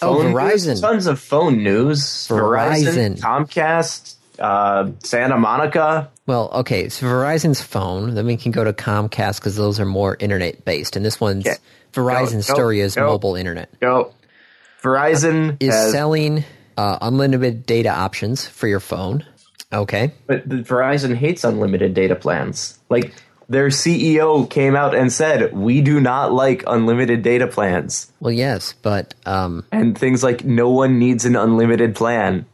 [SPEAKER 1] oh, Verizon.
[SPEAKER 2] News, tons of phone news. Verizon,
[SPEAKER 1] Verizon.
[SPEAKER 2] Comcast, uh, Santa Monica.
[SPEAKER 1] Well, okay, so Verizon's phone. Then we can go to Comcast because those are more internet based, and this one's
[SPEAKER 2] Okay.
[SPEAKER 1] Verizon's
[SPEAKER 2] No, no,
[SPEAKER 1] story is
[SPEAKER 2] no.
[SPEAKER 1] mobile internet
[SPEAKER 2] No. Verizon
[SPEAKER 1] Oh. is
[SPEAKER 2] has,
[SPEAKER 1] selling uh, unlimited data options for your phone. Okay,
[SPEAKER 2] but the- Verizon hates unlimited data plans. Like their CEO came out and said, "We do not like unlimited data plans."
[SPEAKER 1] Well, yes, but um,
[SPEAKER 2] And things like no one needs an unlimited plan.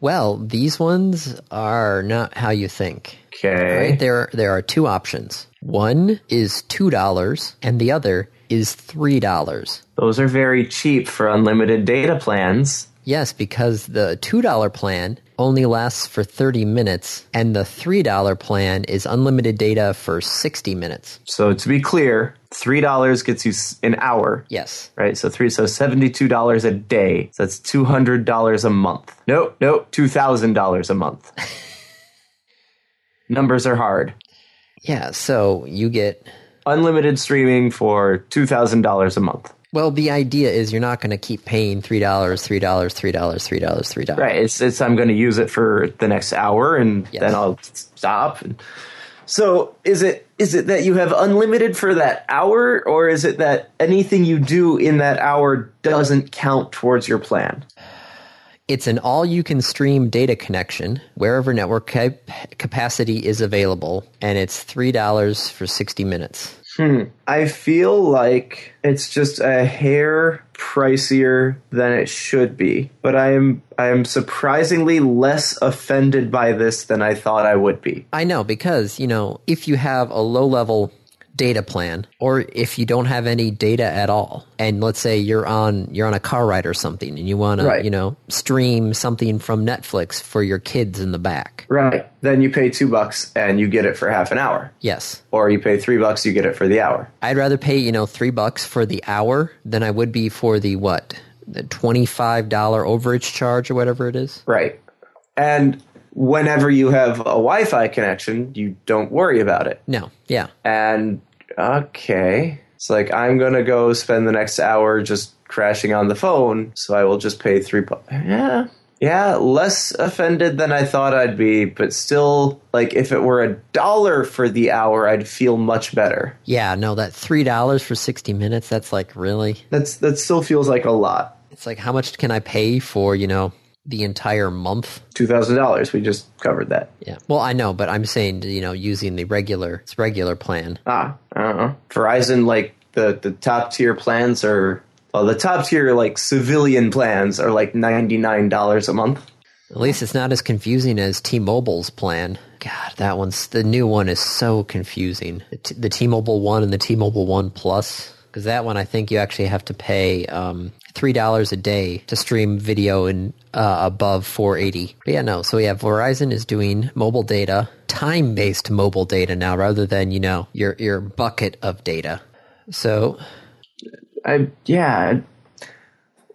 [SPEAKER 1] well, these ones are not how you think.
[SPEAKER 2] Okay.
[SPEAKER 1] Right? There, there are two options. One is two dollars, and the other is three dollars.
[SPEAKER 2] Those are very cheap for unlimited data plans.
[SPEAKER 1] Yes, because the $2 plan only lasts for 30 minutes, and the $3 plan is unlimited data for 60 minutes.
[SPEAKER 2] So to be clear, three dollars gets you s- an hour.
[SPEAKER 1] Yes.
[SPEAKER 2] Right, so three, so seventy-two dollars a day. So that's two hundred dollars a month. Nope, nope, two thousand dollars a month. Numbers are hard.
[SPEAKER 1] Yeah, so you get.
[SPEAKER 2] Unlimited streaming for two thousand dollars a month.
[SPEAKER 1] Well, the idea is you're not going to keep paying $3, $3, $3, $3, $3, $3.
[SPEAKER 2] Right, it's it's I'm going to use it for the next hour and
[SPEAKER 1] Yes.
[SPEAKER 2] then I'll stop. So is it is it that you have unlimited for that hour, or is it that anything you do in that hour doesn't count towards your plan?
[SPEAKER 1] It's an all you can stream data connection wherever network cap- capacity is available, and it's $3 for 60 minutes.
[SPEAKER 2] I feel like it's just a hair pricier than it should be, but I am I am surprisingly less offended by this than I thought I would be.
[SPEAKER 1] I know because, you know, if you have a low level data plan or if you don't have any data at all and let's say you're on you're on a car ride or something and you want to,
[SPEAKER 2] Right.
[SPEAKER 1] you know, stream something from Netflix for your kids in the back.
[SPEAKER 2] Right. Then you pay 2 bucks and you get it for half an hour.
[SPEAKER 1] Yes.
[SPEAKER 2] Or you pay 3 bucks you get it for the hour.
[SPEAKER 1] I'd rather pay, you know, 3 bucks for the hour than I would be for the what? The $25 overage charge or whatever it is.
[SPEAKER 2] Right. And whenever you have a Wi-Fi connection, you don't worry about it.
[SPEAKER 1] No. Yeah.
[SPEAKER 2] And okay. It's like I'm gonna go spend the next hour just crashing on the phone, so I will just pay three bu- Yeah. Yeah, less offended than I thought I'd be, but still like if it were a dollar for the hour, I'd feel much better.
[SPEAKER 1] Yeah, no, that $3 for 60 minutes, that's like really
[SPEAKER 2] That's that still feels like a lot.
[SPEAKER 1] It's like how much can I pay for, you know, the entire month?
[SPEAKER 2] Two thousand dollars, we just covered that.
[SPEAKER 1] Yeah. Well, I know, but I'm saying, you know, using the regular, it's regular plan.
[SPEAKER 2] Ah, I don't know. Verizon, like the the top tier plans are well, the top tier like civilian plans are like ninety nine dollars a month.
[SPEAKER 1] At least it's not as confusing as T-Mobile's plan. God, that one's the new one is so confusing. The, T- the T-Mobile One and the T-Mobile One Plus, because that one I think you actually have to pay um, three dollars a day to stream video in uh, above 480. But yeah, no. So yeah, Verizon is doing mobile data, time-based mobile data now, rather than you know your your bucket of data. So
[SPEAKER 2] I yeah.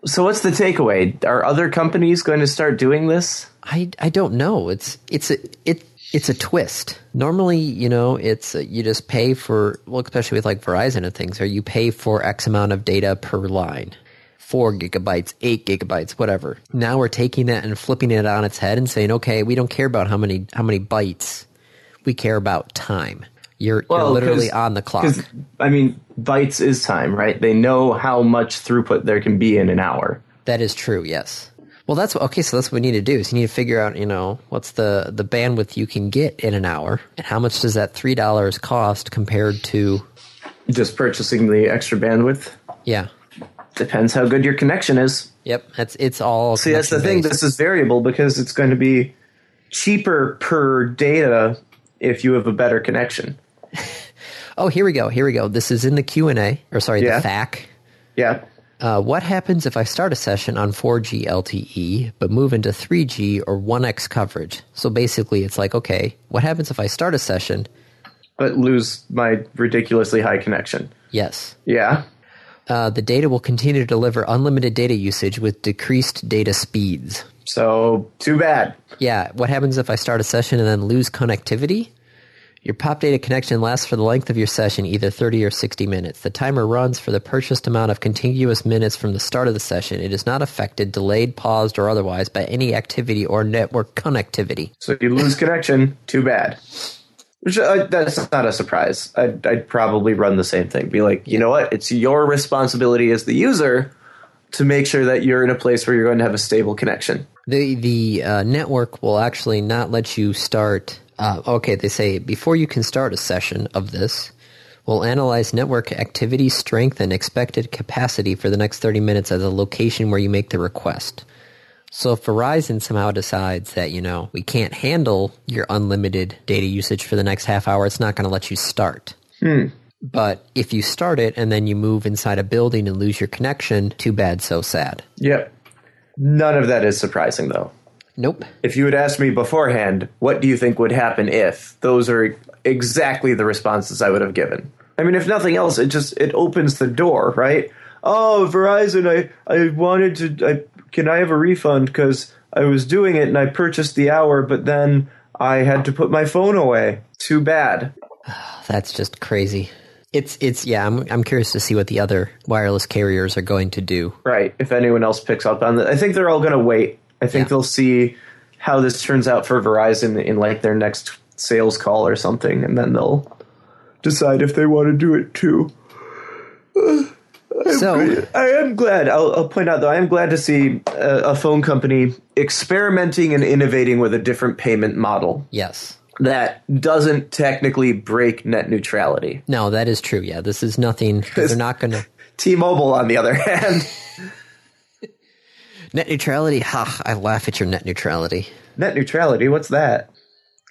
[SPEAKER 2] So what's the takeaway? Are other companies going to start doing this?
[SPEAKER 1] I, I don't know. It's it's a it it's a twist. Normally, you know, it's uh you just pay for well, especially with like Verizon and things, or you pay for X amount of data per line, four gigabytes, eight gigabytes, whatever. Now we're taking that and flipping it on its head and saying, okay, we don't care about how many how many bytes, we care about time. You're you're literally
[SPEAKER 2] 'cause-
[SPEAKER 1] on the clock.
[SPEAKER 2] 'cause, I mean, bytes is time, right? They know how much throughput there can be in an hour.
[SPEAKER 1] That is true. Yes. Well, that's okay. So that's what we need to do. Is you need to figure out, you know, what's the the bandwidth you can get in an hour, and how much does that three dollars cost compared to?
[SPEAKER 2] Just purchasing the extra bandwidth
[SPEAKER 1] Yeah.
[SPEAKER 2] depends how good your connection is.
[SPEAKER 1] Yep. That's it's all.
[SPEAKER 2] See, that's the thing. This is variable because it's going to be cheaper per data if you have a better connection.
[SPEAKER 1] Oh, here we go. Here we go. This is in the Q and A, or sorry,
[SPEAKER 2] Yeah.
[SPEAKER 1] the FAQ.
[SPEAKER 2] Yeah.
[SPEAKER 1] Uh, what happens if I start a session on 4G LTE E, but move into 3G or 1X coverage? So basically, it's like, okay, what happens if I start a session?
[SPEAKER 2] But lose my ridiculously high connection.
[SPEAKER 1] Yes,
[SPEAKER 2] Yeah.
[SPEAKER 1] uh, the data will continue to deliver unlimited data usage with decreased data speeds.
[SPEAKER 2] So, too bad.
[SPEAKER 1] Yeah, what happens if I start a session and then lose connectivity? Your pop data connection lasts for the length of your session, either 30 or 60 minutes. The timer runs for the purchased amount of contiguous minutes from the start of the session. It is not affected, delayed, paused, or otherwise by any activity or network connectivity.
[SPEAKER 2] So you lose connection. Too bad. Which, uh, that's not a surprise. I'd, I'd probably run the same thing. Be like, you know what? It's your responsibility as the user to make sure that you're in a place where you're going to have a stable connection.
[SPEAKER 1] The the uh, network will actually not let you start Uh, okay, they say before you can start a session of this, we'll analyze network activity, strength, and expected capacity for the next 30 minutes at the location where you make the request. So if Verizon somehow decides that, you know, we can't handle your unlimited data usage for the next half hour, it's not going to let you start. But if you start it and then you move inside a building and lose your connection, too bad, so sad.
[SPEAKER 2] Yep. None of that is surprising, though.
[SPEAKER 1] Nope.
[SPEAKER 2] If you had asked me beforehand, what do you think would happen if? Those are exactly the responses I would have given. I mean, if nothing else, it just it opens the door, right? Oh, Verizon, I I wanted to. I can I have a refund because I was doing it and I purchased the hour, but then I had to put my phone away. Too bad.
[SPEAKER 1] That's just crazy. It's it's yeah. I'm I'm curious to see what the other wireless carriers are going to do.
[SPEAKER 2] Right. If anyone else picks up on that, I think they're all going to wait. I think
[SPEAKER 1] Yeah.
[SPEAKER 2] they'll see how this turns out for Verizon in like their next sales call or something, and then they'll decide if they want to do it too.
[SPEAKER 1] So
[SPEAKER 2] I am glad. I'll, I'll point out though, I am glad to see a, a phone company experimenting and innovating with a different payment model
[SPEAKER 1] yes,
[SPEAKER 2] that doesn't technically break net neutrality.
[SPEAKER 1] no, that is true. Yeah, this is nothing. 'cause They're not going to
[SPEAKER 2] T-Mobile, on the other hand.
[SPEAKER 1] net neutrality. Ha! I laugh at your net neutrality.
[SPEAKER 2] Net neutrality, what's that?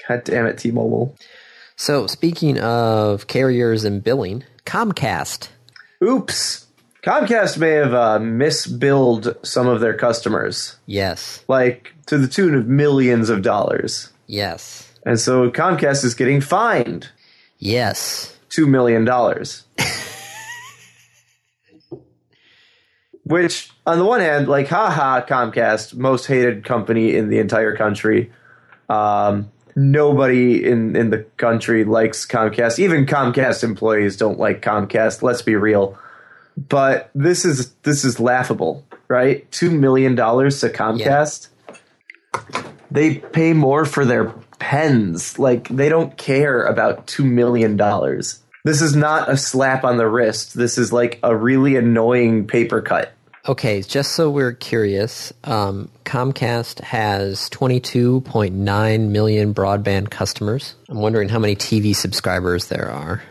[SPEAKER 2] God damn it, T Mobile.
[SPEAKER 1] So speaking of carriers and billing, Comcast.
[SPEAKER 2] Oops. Comcast may have uh, misbilled some of their customers,
[SPEAKER 1] Yes,
[SPEAKER 2] like to the tune of millions of dollars.
[SPEAKER 1] yes,
[SPEAKER 2] And so Comcast is getting fined
[SPEAKER 1] yes.
[SPEAKER 2] $2 million. Which, on the one hand, like, haha, Comcast, most hated company in the entire country. Um, nobody in, in the country likes Comcast. Even Comcast employees don't like Comcast. Let's be real. But this is this is laughable, right? Two million dollars to Comcast. They pay more for their pens. Like they don't care about two million dollars. This is not a slap on the wrist. This is like a really annoying paper cut.
[SPEAKER 1] Okay, just so we're curious, um, Comcast has 22.9 million broadband customers. I'm wondering how many TV subscribers there are.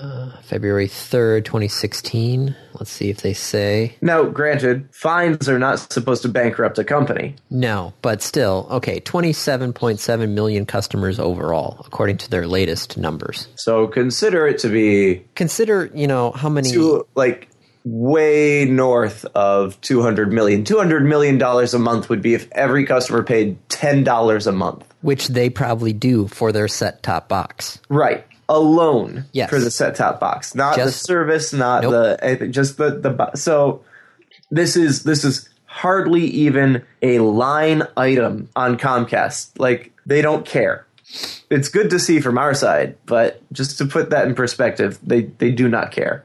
[SPEAKER 1] Uh, February 3rd, 2016. Let's see if they say.
[SPEAKER 2] Now, granted, fines are not supposed to bankrupt a company.
[SPEAKER 1] No, but still, okay, 27.7 million customers overall, according to their latest numbers.
[SPEAKER 2] So consider it to be
[SPEAKER 1] Consider, you know, how many.
[SPEAKER 2] to like way north of 200 million 200 million dollars a month would be if every customer paid 10 dollars a month
[SPEAKER 1] Which they probably do for their set top box.
[SPEAKER 2] right alone
[SPEAKER 1] Yes.
[SPEAKER 2] for the set top box not the
[SPEAKER 1] Just-
[SPEAKER 2] service not
[SPEAKER 1] Nope.
[SPEAKER 2] the anything just the the bo- so this is this is hardly even a line item on Comcast like they don't care it's good to see from our side but just to put that in perspective they they do not care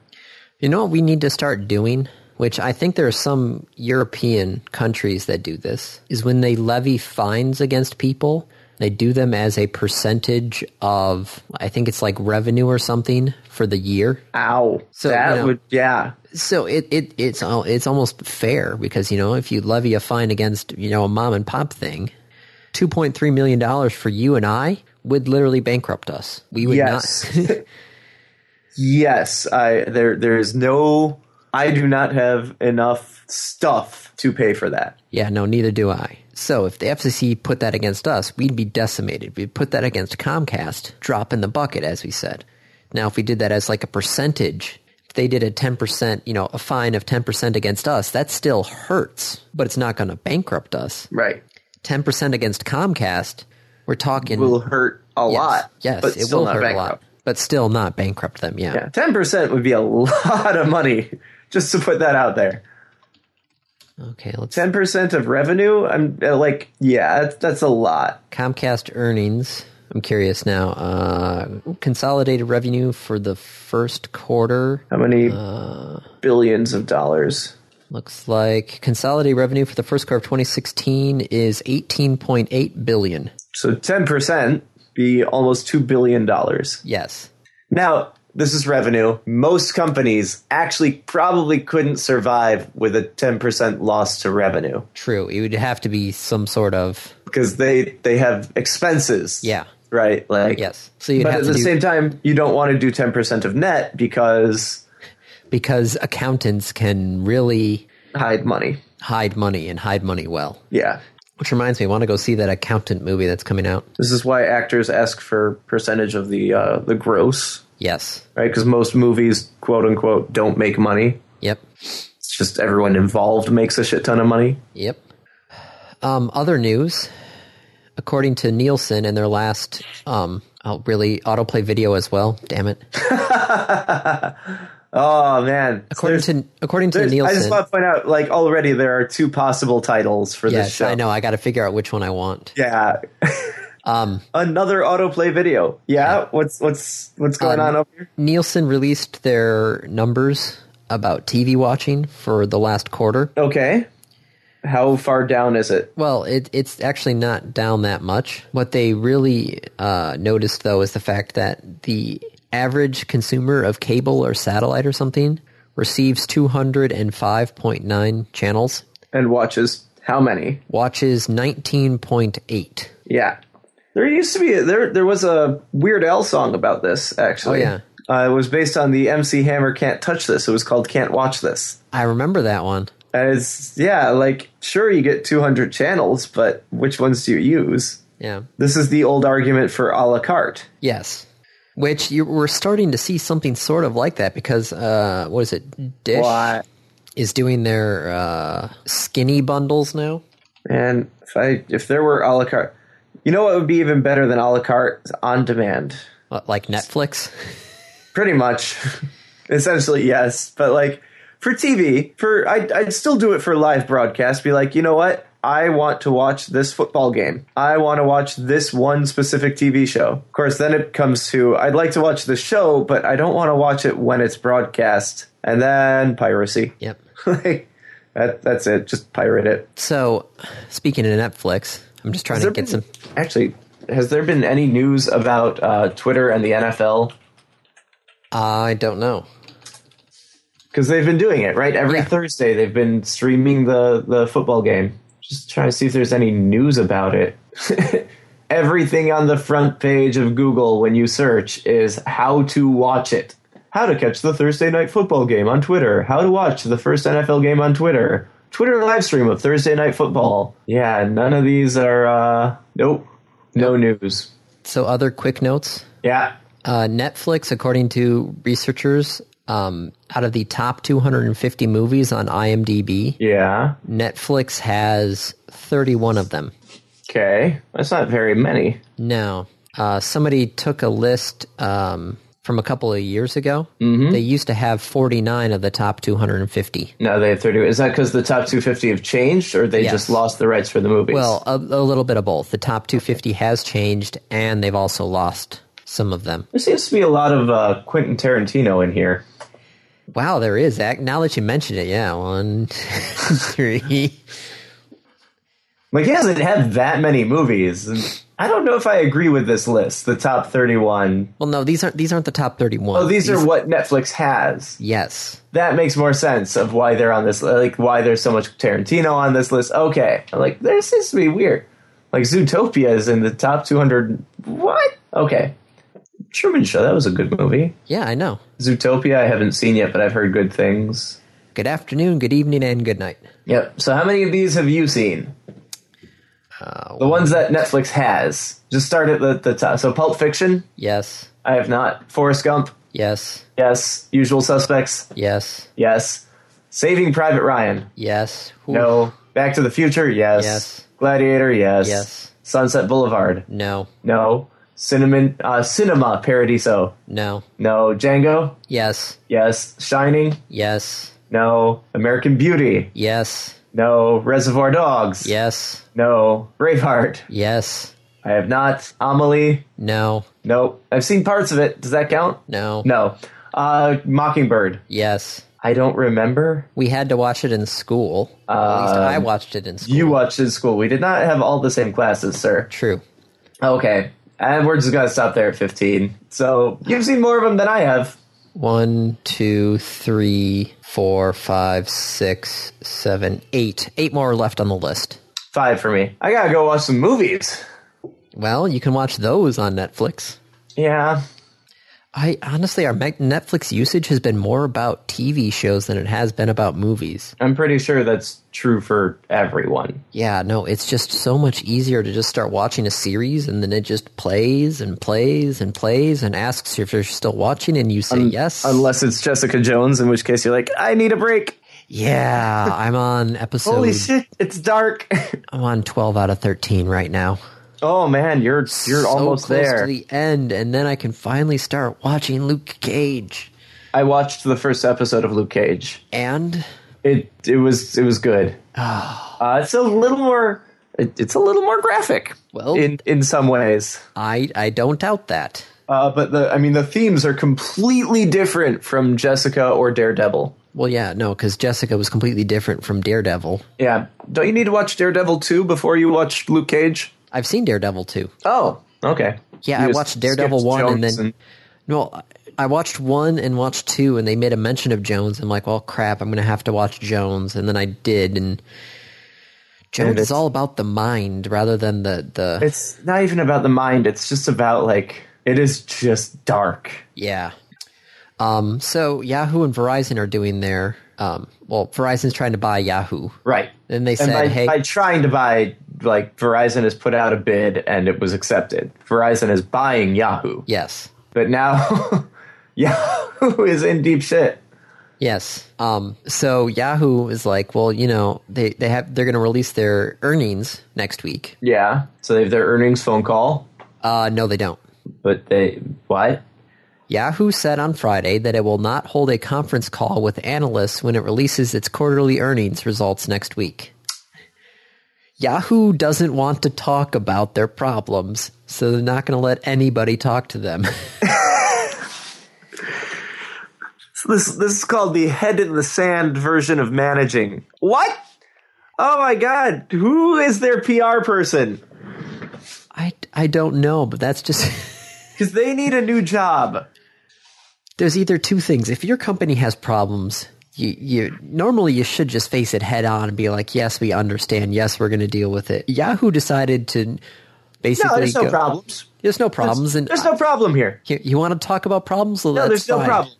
[SPEAKER 1] You know what we need to start doing, which I think there are some European countries that do this, is when they levy fines against people, they do them as a percentage of, I think it's like revenue or something for the year.
[SPEAKER 2] ow
[SPEAKER 1] So,
[SPEAKER 2] that
[SPEAKER 1] you know-
[SPEAKER 2] would yeah
[SPEAKER 1] So it, it it's all, it's almost fair because you know if you levy a fine against you know a mom and pop thing, two point three million dollars for you and I would literally bankrupt us. We would
[SPEAKER 2] Yes.
[SPEAKER 1] not.
[SPEAKER 2] Yes, I there there is no I do not have enough stuff to pay for that.
[SPEAKER 1] Yeah, no, neither do I. So if the FCC put that against us, we'd be decimated. We'd put that against Comcast, drop in the bucket, as we said. Now, if we did that as like a percentage, if they did a 10%, you know, a fine of 10% against us, that still hurts, but it's not going to bankrupt us.
[SPEAKER 2] Right.
[SPEAKER 1] 10% against Comcast, we're talking.
[SPEAKER 2] Will hurt a
[SPEAKER 1] Mm. yes,
[SPEAKER 2] lot.
[SPEAKER 1] Yes,
[SPEAKER 2] but
[SPEAKER 1] it
[SPEAKER 2] still
[SPEAKER 1] will
[SPEAKER 2] not
[SPEAKER 1] hurt a lot,
[SPEAKER 2] bankrupt.
[SPEAKER 1] but still not bankrupt them. Yeah.
[SPEAKER 2] Yeah, ten percent would be a lot of money. Just to put that out there,
[SPEAKER 1] Okay, let's
[SPEAKER 2] ten percent of revenue. I'm uh, like, yeah, that's, that's a lot.
[SPEAKER 1] Comcast earnings. I'm curious now. Uh, consolidated revenue for the first quarter
[SPEAKER 2] How many
[SPEAKER 1] Uh.
[SPEAKER 2] billions of dollars?
[SPEAKER 1] looks like consolidated revenue for the first quarter of 2016 is 18.8 billion.
[SPEAKER 2] So ten percent be almost two billion dollars.
[SPEAKER 1] Yes.
[SPEAKER 2] Now, this is revenue. Most companies actually probably couldn't survive with a 10% loss to revenue
[SPEAKER 1] True. It would have to be some sort of
[SPEAKER 2] because they they have expenses.
[SPEAKER 1] yeah.
[SPEAKER 2] right? Like
[SPEAKER 1] Yes. So you'd
[SPEAKER 2] But
[SPEAKER 1] have
[SPEAKER 2] at
[SPEAKER 1] to
[SPEAKER 2] the
[SPEAKER 1] do,
[SPEAKER 2] same time, you don't want to do ten percent of net because
[SPEAKER 1] because accountants can really
[SPEAKER 2] hide money.
[SPEAKER 1] hide money and hide money well.
[SPEAKER 2] Yeah,
[SPEAKER 1] Which reminds me, I want to go see that accountant movie that's coming out.
[SPEAKER 2] this is why actors ask for percentage of the uh, the gross,
[SPEAKER 1] Yes.
[SPEAKER 2] right? Because most movies, quote unquote, don't make money.
[SPEAKER 1] Yep.
[SPEAKER 2] It's just everyone involved makes a shit ton of money.
[SPEAKER 1] Yep. Um, other news, according to Nielsen and their last, um, oh, really autoplay video as well. Damn it!
[SPEAKER 2] Oh man!
[SPEAKER 1] According
[SPEAKER 2] There's-
[SPEAKER 1] to according to
[SPEAKER 2] there's- I just
[SPEAKER 1] Nielsen,
[SPEAKER 2] want to point out, like already there are two possible titles for this
[SPEAKER 1] yes,
[SPEAKER 2] show.
[SPEAKER 1] I know. I got to figure out which one I want.
[SPEAKER 2] Yeah.
[SPEAKER 1] Um,
[SPEAKER 2] Another autoplay video. Yeah. What's what's what's going
[SPEAKER 1] Um,
[SPEAKER 2] on over here?
[SPEAKER 1] Nielsen released their numbers about TV watching for the last quarter.
[SPEAKER 2] Okay. How far down is it?
[SPEAKER 1] Well, it, it's actually not down that much. What they really uh, noticed, though, is the fact that the average consumer of cable or satellite or something receives 205.9 channels,
[SPEAKER 2] And watches how many?
[SPEAKER 1] watches 19.8.
[SPEAKER 2] Yeah. There used to be there there was a Weird Al song about this actually.
[SPEAKER 1] Oh, yeah.
[SPEAKER 2] Uh, it was based on the MC Hammer "Can't Touch This." It was called "Can't Watch This."
[SPEAKER 1] I remember that one.
[SPEAKER 2] And it's yeah, like sure you get 200 channels, but which ones do you use?
[SPEAKER 1] Yeah.
[SPEAKER 2] This is the old argument for a la carte.
[SPEAKER 1] Yes. Which you, we're starting to see something sort of like that because, uh, what is it? Dish is doing their uh, skinny bundles now.
[SPEAKER 2] And if I if there were a la carte, you know what would be even better than a la carte It's on demand.
[SPEAKER 1] What, uh, Like Netflix.
[SPEAKER 2] Pretty much, essentially yes. But like for TV, for I I'd still do it for live broadcast. Be like, you know what? I want to watch this football game. I want to watch this one specific TV show. Of course, then it comes to I'd like to watch the show, but I don't want to watch it when it's broadcast. And then piracy.
[SPEAKER 1] Yep.
[SPEAKER 2] like that, that's it. Just pirate it.
[SPEAKER 1] So, speaking of Netflix, I'm just trying to
[SPEAKER 2] there
[SPEAKER 1] get
[SPEAKER 2] been-
[SPEAKER 1] some.
[SPEAKER 2] Actually, has there been any news about uh, Twitter and the NFL?
[SPEAKER 1] I don't know.
[SPEAKER 2] Because they've been doing it right every
[SPEAKER 1] Yeah.
[SPEAKER 2] Thursday. They've been streaming the the football game. Just trying to see if there's any news about it. Everything on the front page of Google when you search is how to watch it. How to catch the Thursday night football game on Twitter. How to watch the first NFL game on Twitter. Twitter live stream of Thursday night football. Yeah, none of these are. Uh, nope, no news.
[SPEAKER 1] So, other quick notes.
[SPEAKER 2] Yeah,
[SPEAKER 1] Uh, Netflix, according to researchers, um, out of the top 250 movies on IMDb,
[SPEAKER 2] yeah.
[SPEAKER 1] Netflix has 31 of them.
[SPEAKER 2] Okay, that's not very many.
[SPEAKER 1] Now, uh, somebody took a list um, from a couple of years ago. They used to have 49 of the top 250.
[SPEAKER 2] No, they have thirty. Is that because the top two fifty have changed, or they
[SPEAKER 1] Yes.
[SPEAKER 2] just lost the rights for the movies?
[SPEAKER 1] Well, a, a little bit of both. The top 250 has changed, and they've also lost some of them.
[SPEAKER 2] there seems to be a lot of uh, Quentin Tarantino in here.
[SPEAKER 1] Wow, there is. Ac- Now that you mention it, yeah, one, three.
[SPEAKER 2] Like he hasn't had that many movies. And I don't know if I agree with this list. The top thirty-one.
[SPEAKER 1] Well, no, these aren't. These aren't the top thirty-one.
[SPEAKER 2] Oh, these are what Netflix has.
[SPEAKER 1] yes.
[SPEAKER 2] That makes more sense of why they're on this. Like why there's so much Tarantino on this list. Okay, I'm like there seems to be weird. Like Zootopia is in the top two hundred. What? Okay, Truman Show. That was a good movie.
[SPEAKER 1] Yeah, I know.
[SPEAKER 2] Zootopia, I haven't seen yet, but I've heard good things.
[SPEAKER 1] Good afternoon, good evening, and good night.
[SPEAKER 2] Yep. So, how many of these have you seen?
[SPEAKER 1] Uh,
[SPEAKER 2] the ones that Netflix has. Just start at the, the top. So, Pulp Fiction,
[SPEAKER 1] Yes,
[SPEAKER 2] I have not. Forrest Gump,
[SPEAKER 1] yes,
[SPEAKER 2] yes. Usual Suspects,
[SPEAKER 1] yes,
[SPEAKER 2] yes. Saving Private Ryan,
[SPEAKER 1] yes. Ooh,
[SPEAKER 2] no. Back to the Future, yes.
[SPEAKER 1] Yes.
[SPEAKER 2] Gladiator, yes.
[SPEAKER 1] Yes.
[SPEAKER 2] Sunset Boulevard,
[SPEAKER 1] no,
[SPEAKER 2] no. Cinnamon, uh, Cinema Paradiso,
[SPEAKER 1] no.
[SPEAKER 2] no. Django,
[SPEAKER 1] Yes,
[SPEAKER 2] yes. Shining,
[SPEAKER 1] yes,
[SPEAKER 2] no. American Beauty,
[SPEAKER 1] yes,
[SPEAKER 2] no. Reservoir Dogs,
[SPEAKER 1] yes,
[SPEAKER 2] No. Braveheart.
[SPEAKER 1] yes,
[SPEAKER 2] I have not. Amelie.
[SPEAKER 1] no,
[SPEAKER 2] Nope. I've seen parts of it. Does that count?
[SPEAKER 1] no,
[SPEAKER 2] No. Uh, Mockingbird.
[SPEAKER 1] Yes,
[SPEAKER 2] I don't remember.
[SPEAKER 1] we had to watch it in school. At least
[SPEAKER 2] Um,
[SPEAKER 1] I watched it in school.
[SPEAKER 2] You watched in school. We did not have all the same classes, sir.
[SPEAKER 1] True.
[SPEAKER 2] Okay. And we're just going to stop there at 15. So you've seen more of them than I have.
[SPEAKER 1] One, two, three, four, five, six, seven, eight. Eight more left on the list.
[SPEAKER 2] Five for me. I got to go watch some movies.
[SPEAKER 1] Well, you can watch those on Netflix.
[SPEAKER 2] Yeah.
[SPEAKER 1] I honestly, our Mac- Netflix usage has been more about TV shows than it has been about movies.
[SPEAKER 2] I'm pretty sure that's true for everyone.
[SPEAKER 1] Yeah, no, it's just so much easier to just start watching a series and then it just plays and plays and plays and asks if you're still watching and you say yes.
[SPEAKER 2] Unless it's Jessica Jones, in which case you're like, I need a break.
[SPEAKER 1] yeah, I'm on episode.
[SPEAKER 2] Holy shit, it's dark.
[SPEAKER 1] I'm on 12 out of 13 right now.
[SPEAKER 2] oh man, you're you're
[SPEAKER 1] So
[SPEAKER 2] almost
[SPEAKER 1] close
[SPEAKER 2] there.
[SPEAKER 1] to the end, and then I can finally start watching Luke Cage.
[SPEAKER 2] I watched the first episode of Luke Cage.
[SPEAKER 1] And
[SPEAKER 2] It it was it was good.
[SPEAKER 1] Ah.
[SPEAKER 2] Uh, it's a little more it, it's a little more graphic.
[SPEAKER 1] Well-
[SPEAKER 2] in in some ways.
[SPEAKER 1] I, I don't doubt that.
[SPEAKER 2] Uh, but the I mean the themes are completely different from Jessica or Daredevil.
[SPEAKER 1] Well, yeah, no, because Jessica was completely different from Daredevil.
[SPEAKER 2] Yeah. Don't you need to watch Daredevil 2 before you watch Luke Cage?
[SPEAKER 1] I've seen Daredevil too.
[SPEAKER 2] Oh, okay.
[SPEAKER 1] Yeah,
[SPEAKER 2] You
[SPEAKER 1] I
[SPEAKER 2] just
[SPEAKER 1] watched Daredevil
[SPEAKER 2] skipped
[SPEAKER 1] 1 and
[SPEAKER 2] Jones
[SPEAKER 1] then. No, I watched 1 and watched 2, and they made a mention of Jones. I'm like, well, crap, I'm going to have to watch Jones. And then I did, and. Jones
[SPEAKER 2] it's-
[SPEAKER 1] is all about the mind rather than the. the
[SPEAKER 2] It's not even about the mind, it's just about like it is just dark.
[SPEAKER 1] Yeah. Um, so Yahoo and Verizon are doing their. Um, well, Verizon's trying to buy Yahoo.
[SPEAKER 2] Right.
[SPEAKER 1] Then they
[SPEAKER 2] And
[SPEAKER 1] said,
[SPEAKER 2] by,
[SPEAKER 1] "Hey,
[SPEAKER 2] by trying to buy like Verizon has put out a bid and it was accepted. Verizon is buying Yahoo.
[SPEAKER 1] yes,
[SPEAKER 2] But now Yahoo is in deep shit.
[SPEAKER 1] yes." Um, so Yahoo is like, "Well, you know, they they have they're going to release their earnings next week."
[SPEAKER 2] Yeah. So they have their earnings phone call,
[SPEAKER 1] Uh, no, they don't.
[SPEAKER 2] but they what?
[SPEAKER 1] Yahoo said on Friday that it will not hold a conference call with analysts when it releases its quarterly earnings results next week. Yahoo doesn't want to talk about their problems, so they're not going to let anybody talk to them.
[SPEAKER 2] This this is called the head in the sand version of managing. What? Oh my god, who is their PR person?
[SPEAKER 1] I, I don't know, but that's just.
[SPEAKER 2] Cuz they need a new job.
[SPEAKER 1] There's either two things. If your company has problems, you, you normally you should just face it head on and be like, "Yes, we understand. Yes, we're going to deal with it." Yahoo decided to basically
[SPEAKER 2] No, there's no
[SPEAKER 1] go-
[SPEAKER 2] problems.
[SPEAKER 1] There's no problems, and
[SPEAKER 2] There's no problem here.
[SPEAKER 1] you, you want to talk about problems? Well,
[SPEAKER 2] No,
[SPEAKER 1] that's
[SPEAKER 2] there's no
[SPEAKER 1] fine.
[SPEAKER 2] problem.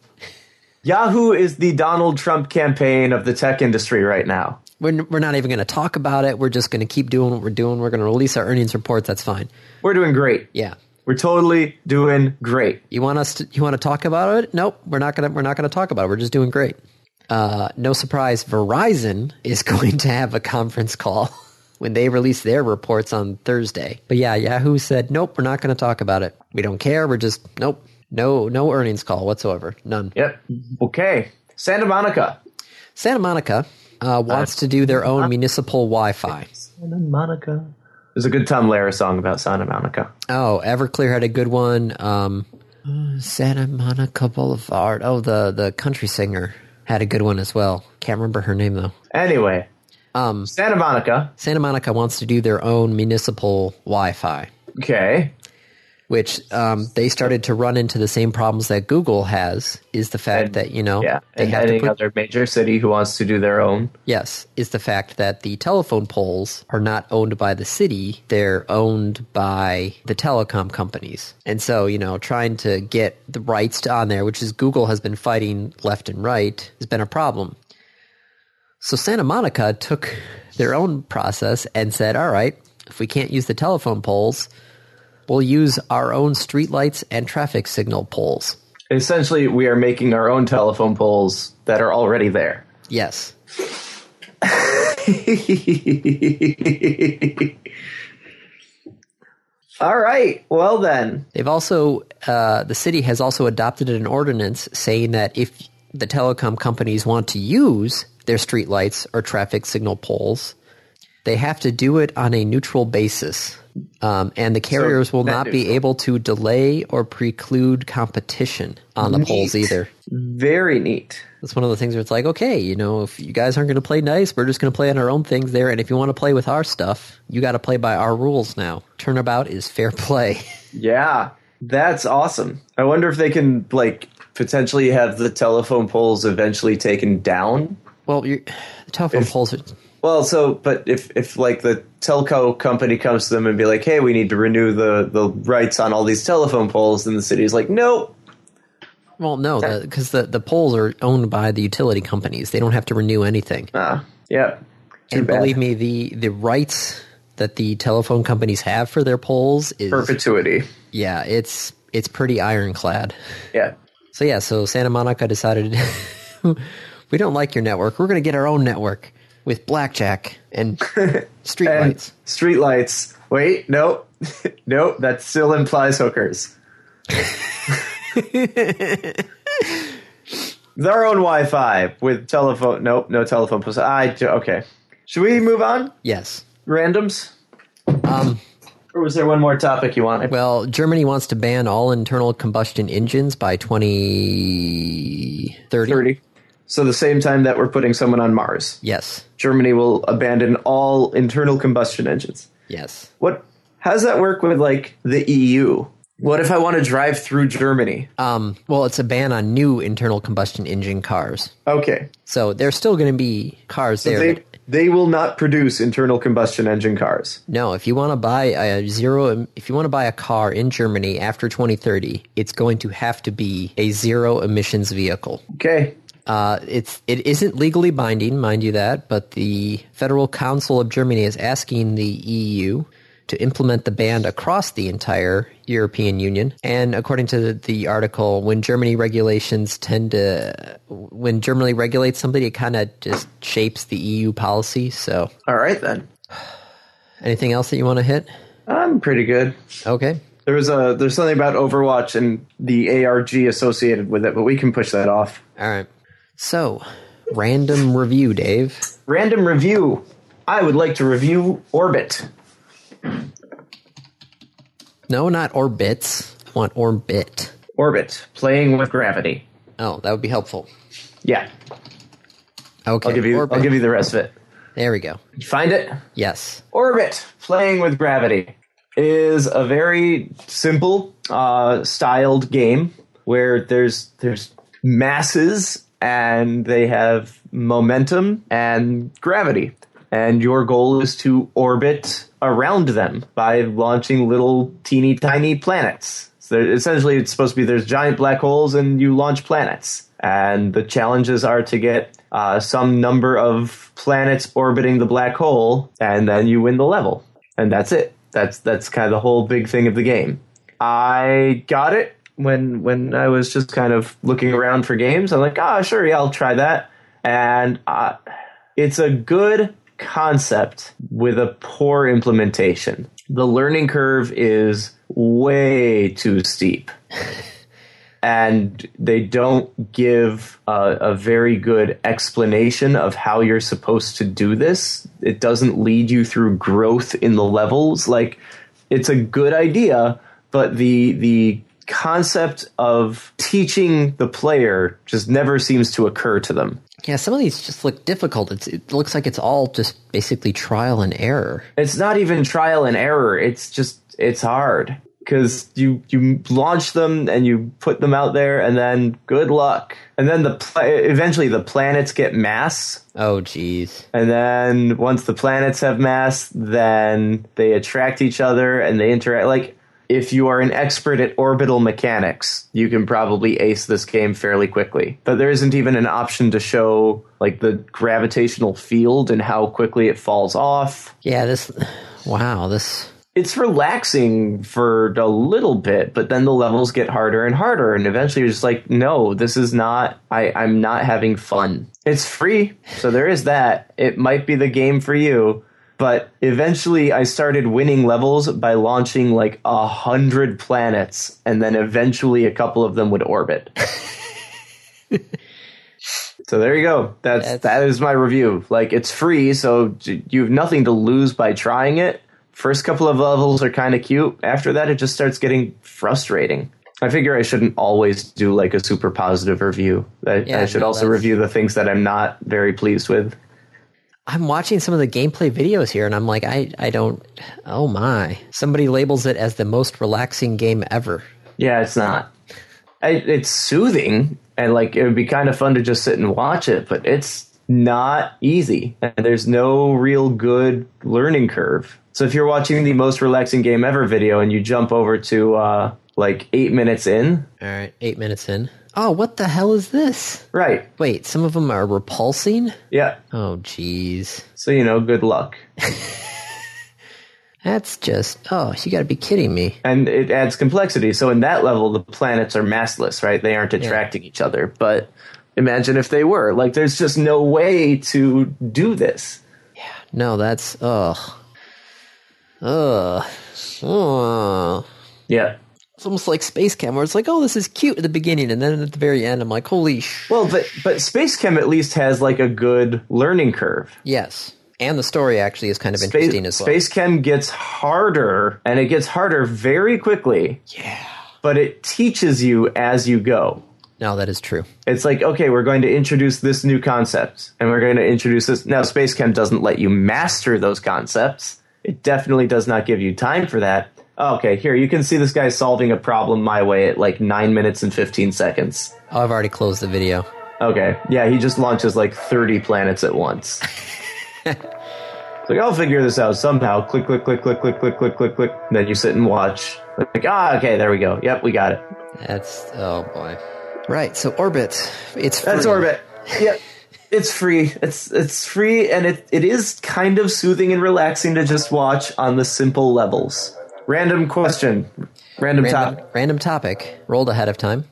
[SPEAKER 2] Yahoo is the Donald Trump campaign of the tech industry right now.
[SPEAKER 1] We're, we're not even going to talk about it. We're just going to keep doing what we're doing. We're going to release our earnings reports. That's fine.
[SPEAKER 2] We're doing great.
[SPEAKER 1] Yeah.
[SPEAKER 2] We're totally doing great.
[SPEAKER 1] You want us to, you want to talk about it? Nope. We're not going to, we're not going to talk about it. We're just doing great. Uh, no surprise. Verizon is going to have a conference call when they release their reports on Thursday. But yeah, Yahoo said, nope, we're not going to talk about it. We don't care. We're just, nope, no, no earnings call whatsoever. None.
[SPEAKER 2] Yep. Okay. Santa Monica.
[SPEAKER 1] Santa Monica, uh, wants to do their own municipal Wi-Fi.
[SPEAKER 2] Santa Monica. There's a good Tom Lehrer song about Santa Monica.
[SPEAKER 1] Oh, Everclear had a good one. Um, uh, Santa Monica Boulevard. Oh, the the country singer had a good one as well. Can't remember her name though.
[SPEAKER 2] Anyway,
[SPEAKER 1] Um,
[SPEAKER 2] Santa Monica.
[SPEAKER 1] Santa Monica wants to do their own municipal Wi-Fi,
[SPEAKER 2] Okay.
[SPEAKER 1] which um, they started to run into the same problems that Google has. Is the fact that you know
[SPEAKER 2] Yeah.
[SPEAKER 1] they
[SPEAKER 2] and
[SPEAKER 1] have
[SPEAKER 2] any
[SPEAKER 1] to put
[SPEAKER 2] other major city who wants to do their own.
[SPEAKER 1] Yes, is the fact that the telephone poles are not owned by the city, they're owned by the telecom companies. And so, you know, trying to get the rights to on there, which is Google has been fighting left and right, has been a problem. So Santa Monica took their own process and said, "All right, if we can't use the telephone poles, we'll use our own streetlights and traffic signal poles."
[SPEAKER 2] Essentially, we are making our own telephone poles that are already there.
[SPEAKER 1] Yes.
[SPEAKER 2] All right. Well, then.
[SPEAKER 1] They've also, uh, the city has also adopted an ordinance saying that if the telecom companies want to use their streetlights or traffic signal poles, they have to do it on a neutral basis. Um, and the carriers will
[SPEAKER 2] net
[SPEAKER 1] not be
[SPEAKER 2] neutral.
[SPEAKER 1] able to delay or preclude competition on the poles either.
[SPEAKER 2] Very neat.
[SPEAKER 1] That's one of the things where it's like, okay, you know, if you guys aren't going to play nice, we're just going to play on our own things there. And if you want to play with our stuff, you got to play by our rules now. Turnabout is fair play.
[SPEAKER 2] Yeah. That's awesome. I wonder if they can, like, potentially have the telephone poles eventually taken down.
[SPEAKER 1] Well, you're, the telephone poles. Are,
[SPEAKER 2] Well, so but if if like the telco company comes to them and be like, "Hey, we need to renew the the rights on all these telephone poles," then the city is like, "Nope."
[SPEAKER 1] Well, no, because the, the poles are owned by the utility companies. They don't have to renew anything.
[SPEAKER 2] Ah, yeah. Too
[SPEAKER 1] and
[SPEAKER 2] bad.
[SPEAKER 1] believe me, the the rights that the telephone companies have for their poles is
[SPEAKER 2] perpetuity.
[SPEAKER 1] yeah, it's it's pretty ironclad.
[SPEAKER 2] Yeah.
[SPEAKER 1] So yeah, so Santa Monica decided we don't like your network. We're going to get our own network with blackjack and
[SPEAKER 2] And
[SPEAKER 1] streetlights.
[SPEAKER 2] streetlights. Wait, no, nope. That still implies hookers. Their own Wi-Fi with telephone. Nope, no telephone. poles. I okay. Should we move on?
[SPEAKER 1] yes.
[SPEAKER 2] Randoms.
[SPEAKER 1] Um,
[SPEAKER 2] Or was there one more topic you wanted?
[SPEAKER 1] well, Germany wants to ban all internal combustion engines by 2030.
[SPEAKER 2] 30. So the same time that we're putting someone on Mars,
[SPEAKER 1] Yes.
[SPEAKER 2] Germany will abandon all internal combustion engines.
[SPEAKER 1] Yes.
[SPEAKER 2] What? How does that work with like the E EU? What if I want to drive through Germany?
[SPEAKER 1] Um, well, it's a ban on new internal combustion engine cars.
[SPEAKER 2] Okay,
[SPEAKER 1] So there's still going to be cars there.
[SPEAKER 2] they they will not produce internal combustion engine cars.
[SPEAKER 1] no, if you want to buy a zero, if you want to buy a car in Germany after 2030, it's going to have to be a zero emissions vehicle.
[SPEAKER 2] Okay,
[SPEAKER 1] Uh, it's it isn't legally binding, mind you that, but the Federal Council of Germany is asking the EU to implement the ban across the entire European Union. And according to the, the article, when Germany regulations tend to, when Germany regulates something, it kind of just shapes the EU policy. So,
[SPEAKER 2] all right then.
[SPEAKER 1] anything else that you want to hit?
[SPEAKER 2] I'm pretty good.
[SPEAKER 1] Okay.
[SPEAKER 2] There was a there's something about Overwatch and the ARG associated with it, but we can push that off.
[SPEAKER 1] All right. So, random review, Dave.
[SPEAKER 2] Random review. I would like to review Orbit.
[SPEAKER 1] No, not orbits. I want orbit.
[SPEAKER 2] Orbit, playing with gravity.
[SPEAKER 1] Oh, that would be helpful.
[SPEAKER 2] Yeah,
[SPEAKER 1] Okay.
[SPEAKER 2] I'll give you.
[SPEAKER 1] orbit.
[SPEAKER 2] I'll give you the rest of it.
[SPEAKER 1] There we go.
[SPEAKER 2] Did you find it?
[SPEAKER 1] Yes.
[SPEAKER 2] Orbit, playing with gravity, is a very simple uh, styled game where there's there's masses and they have momentum and gravity, and your goal is to orbit around them by launching little teeny tiny planets. So there- essentially, it's supposed to be there's giant black holes and you launch planets. And the challenges are to get uh, some number of planets orbiting the black hole, and then you win the level. And that's it. That's that's kind of the whole big thing of the game. I got it when when I was just kind of looking around for games. I'm like, ah, sure, yeah, I'll try that. And uh, it's a good concept with a poor implementation. The learning curve is way too steep. And they don't give a, a very good explanation of how you're supposed to do this. It doesn't lead you through growth in the levels. Like, it's a good idea, but the the concept of teaching the player just never seems to occur to them.
[SPEAKER 1] Yeah, some of these just look difficult. It's, it looks like it's all just basically trial and error.
[SPEAKER 2] it's not even trial and error it's just it's hard because you you launch them and you put them out there and then good luck and then the pla- eventually the planets get mass
[SPEAKER 1] Oh, jeez.
[SPEAKER 2] and then once the planets have mass then they attract each other and they interact like if you are an expert at orbital mechanics, you can probably ace this game fairly quickly. But there isn't even an option to show like the gravitational field and how quickly it falls off
[SPEAKER 1] Yeah, this. Wow, this.
[SPEAKER 2] it's relaxing for a little bit, but then the levels get harder and harder, and eventually you're just like, no, this is not. I, I'm not having fun. It's free, so there is that. It might be the game for you, but eventually I started winning levels by launching like a hundred planets, and then eventually a couple of them would orbit. So there you go.
[SPEAKER 1] That's-
[SPEAKER 2] That's, That's that is my review. Like it's free, so j- you have nothing to lose by trying it. First couple of levels are kind of cute. After that, it just starts getting frustrating. I figure I shouldn't always do like a super positive review. I,
[SPEAKER 1] Yeah,
[SPEAKER 2] I should
[SPEAKER 1] no,
[SPEAKER 2] also
[SPEAKER 1] that's-
[SPEAKER 2] review the things that I'm not very pleased with.
[SPEAKER 1] I'm watching some of the gameplay videos here, and I'm like, I, I don't. Oh my! Somebody labels it as the most relaxing game ever.
[SPEAKER 2] Yeah, it's not. I, it's soothing, and like it would be kind of fun to just sit and watch it, but it's not easy, and there's no real good learning curve. So if you're watching the most relaxing game ever video and you jump over to uh, like eight minutes in,
[SPEAKER 1] All right, eight minutes in. Oh, what the hell is this?
[SPEAKER 2] right?
[SPEAKER 1] Wait, some of them are repulsing?
[SPEAKER 2] Yeah.
[SPEAKER 1] Oh, jeez.
[SPEAKER 2] So you know, good luck.
[SPEAKER 1] That's just, oh, you gotta be kidding me.
[SPEAKER 2] and it adds complexity. So in that level, the planets are massless, right? They aren't attracting each other. But imagine if they were. Like, there's just no way to do this.
[SPEAKER 1] No, that's, ugh. Ugh. Ugh.
[SPEAKER 2] Yeah.
[SPEAKER 1] It's almost like Space Cam, where it's like, oh, this is cute at the beginning, and then at the very end, I'm like, holy sh.
[SPEAKER 2] Well, but but space chem at least has like a good learning curve.
[SPEAKER 1] Yes. And the story actually is kind of
[SPEAKER 2] Space,
[SPEAKER 1] interesting as well.
[SPEAKER 2] space chem gets harder, and it gets harder very quickly.
[SPEAKER 1] Yeah.
[SPEAKER 2] But it teaches you as you go.
[SPEAKER 1] No, that is true.
[SPEAKER 2] It's like, okay, we're going to introduce this new concept and we're going to introduce this. Now, Space Chem doesn't let you master those concepts. It definitely does not give you time for that. Okay, here, you can see this guy solving a problem my way at like 9 minutes and 15 seconds.
[SPEAKER 1] Oh, I've already closed the video.
[SPEAKER 2] Okay, yeah, he just launches like 30 planets at once. It's like, I'll figure this out somehow. Click, click, click, click, click, click, click, click, click. And then you sit and watch. Like, ah, okay, there we go. Yep, we got it.
[SPEAKER 1] That's, oh boy. Right, so Orbit. It's
[SPEAKER 2] That's
[SPEAKER 1] free.
[SPEAKER 2] Orbit. Yep. It's free. It's it's free and it, it is kind of soothing and relaxing to just watch on the simple levels. Random question.
[SPEAKER 1] Random,
[SPEAKER 2] Random, topic.
[SPEAKER 1] random topic, rolled ahead of time.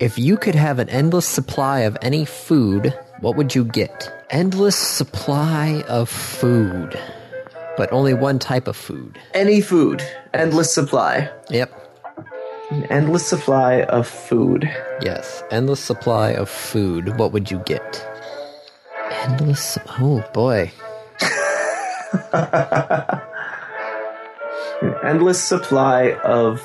[SPEAKER 1] If you could have an endless supply of any food, what would you get? Endless supply of food, but only one type of food.
[SPEAKER 2] Any food. Endless supply.
[SPEAKER 1] Yep.
[SPEAKER 2] An endless supply of food.
[SPEAKER 1] Yes. Endless supply of food. What would you get? Endless. sup- Oh boy.
[SPEAKER 2] An endless supply of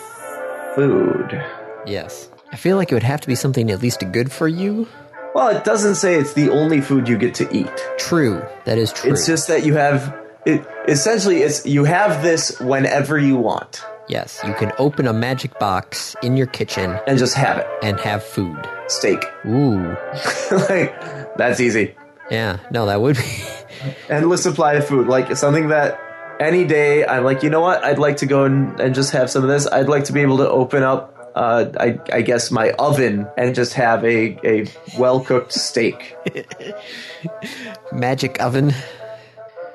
[SPEAKER 2] food.
[SPEAKER 1] Yes. I feel like it would have to be something at least good for you.
[SPEAKER 2] Well, it doesn't say it's the only food you get to eat.
[SPEAKER 1] True. That is true.
[SPEAKER 2] It's just that you have it essentially it's you have this whenever you want
[SPEAKER 1] yes. You can open a magic box in your kitchen
[SPEAKER 2] and just have it.
[SPEAKER 1] and have food.
[SPEAKER 2] Steak.
[SPEAKER 1] Ooh.
[SPEAKER 2] like that's easy.
[SPEAKER 1] Yeah, no, that would be.
[SPEAKER 2] Endless supply of food, like something that any day I'm like, you know what? I'd like to go and, and just have some of this. I'd like to be able to open up, uh, I, I guess, my oven and just have a, a well cooked steak.
[SPEAKER 1] Magic oven.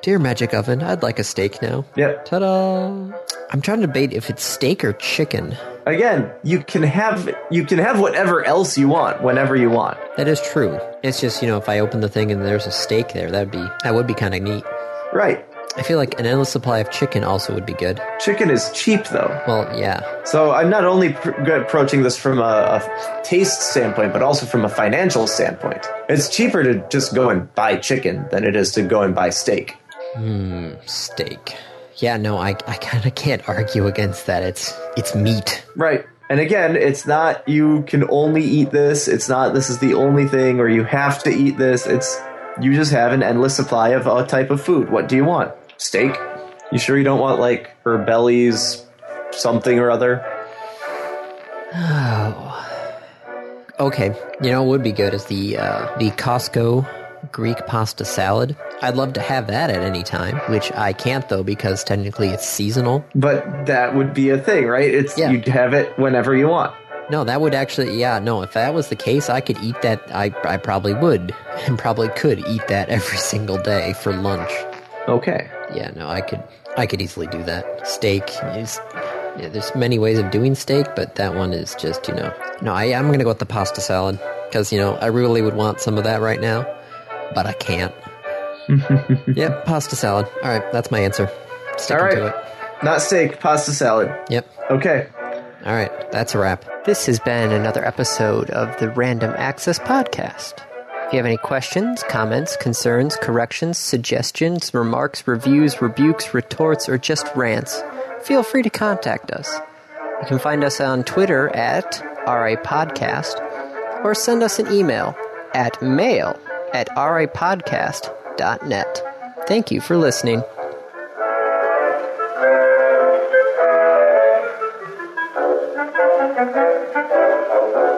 [SPEAKER 1] Dear magic oven, I'd like a steak now.
[SPEAKER 2] Yep.
[SPEAKER 1] Ta da! I'm trying to debate if it's steak or chicken.
[SPEAKER 2] Again, you can have you can have whatever else you want whenever you want.
[SPEAKER 1] That is true. It's just, you know, if I open the thing and there's a steak there, that'd be. That would be kind of neat.
[SPEAKER 2] Right.
[SPEAKER 1] I feel like an endless supply of chicken also would be good.
[SPEAKER 2] Chicken is cheap though,
[SPEAKER 1] Well, yeah.
[SPEAKER 2] so I'm not only pr- approaching this from a, a taste standpoint, but also from a financial standpoint. It's cheaper to just go and buy chicken than it is to go and buy steak.
[SPEAKER 1] Steak. Yeah, no, I, I kind of can't argue against that. It's it's meat.
[SPEAKER 2] Right. And again, it's not you can only eat this. It's not this is the only thing or you have to eat this. It's you just have an endless supply of a type of food. What do you want? Steak? You sure you don't want like her bellies something or other?
[SPEAKER 1] Okay, you know what would be good is the uh, the Costco Greek pasta salad. I'd love to have that at any time, which I can't though because technically it's seasonal.
[SPEAKER 2] But that would be a thing, right? It's
[SPEAKER 1] Yeah.
[SPEAKER 2] you'd have it whenever you want.
[SPEAKER 1] No, that would actually, yeah, no. If that was the case, I could eat that. I I probably would and probably could eat that every single day for lunch.
[SPEAKER 2] Okay.
[SPEAKER 1] Yeah, no, I could I could easily do that. Steak is. Yeah, there's many ways of doing steak, but that one is just, you know. No, I, I'm going to go with the pasta salad because, you know, I really would want some of that right now, but I can't. yep, pasta salad. All right, that's my answer. Sticking
[SPEAKER 2] All
[SPEAKER 1] to it.
[SPEAKER 2] right. Not steak, pasta salad.
[SPEAKER 1] Yep.
[SPEAKER 2] Okay.
[SPEAKER 1] All right, that's a wrap.
[SPEAKER 3] This has been another episode of the Random Access Podcast. If you have any questions, comments, concerns, corrections, suggestions, remarks, reviews, rebukes, retorts, or just rants, feel free to contact us. You can find us on Twitter at RAPodcast or send us an email at mail at rapodcast.net. Thank you for listening.
[SPEAKER 4] Thank you.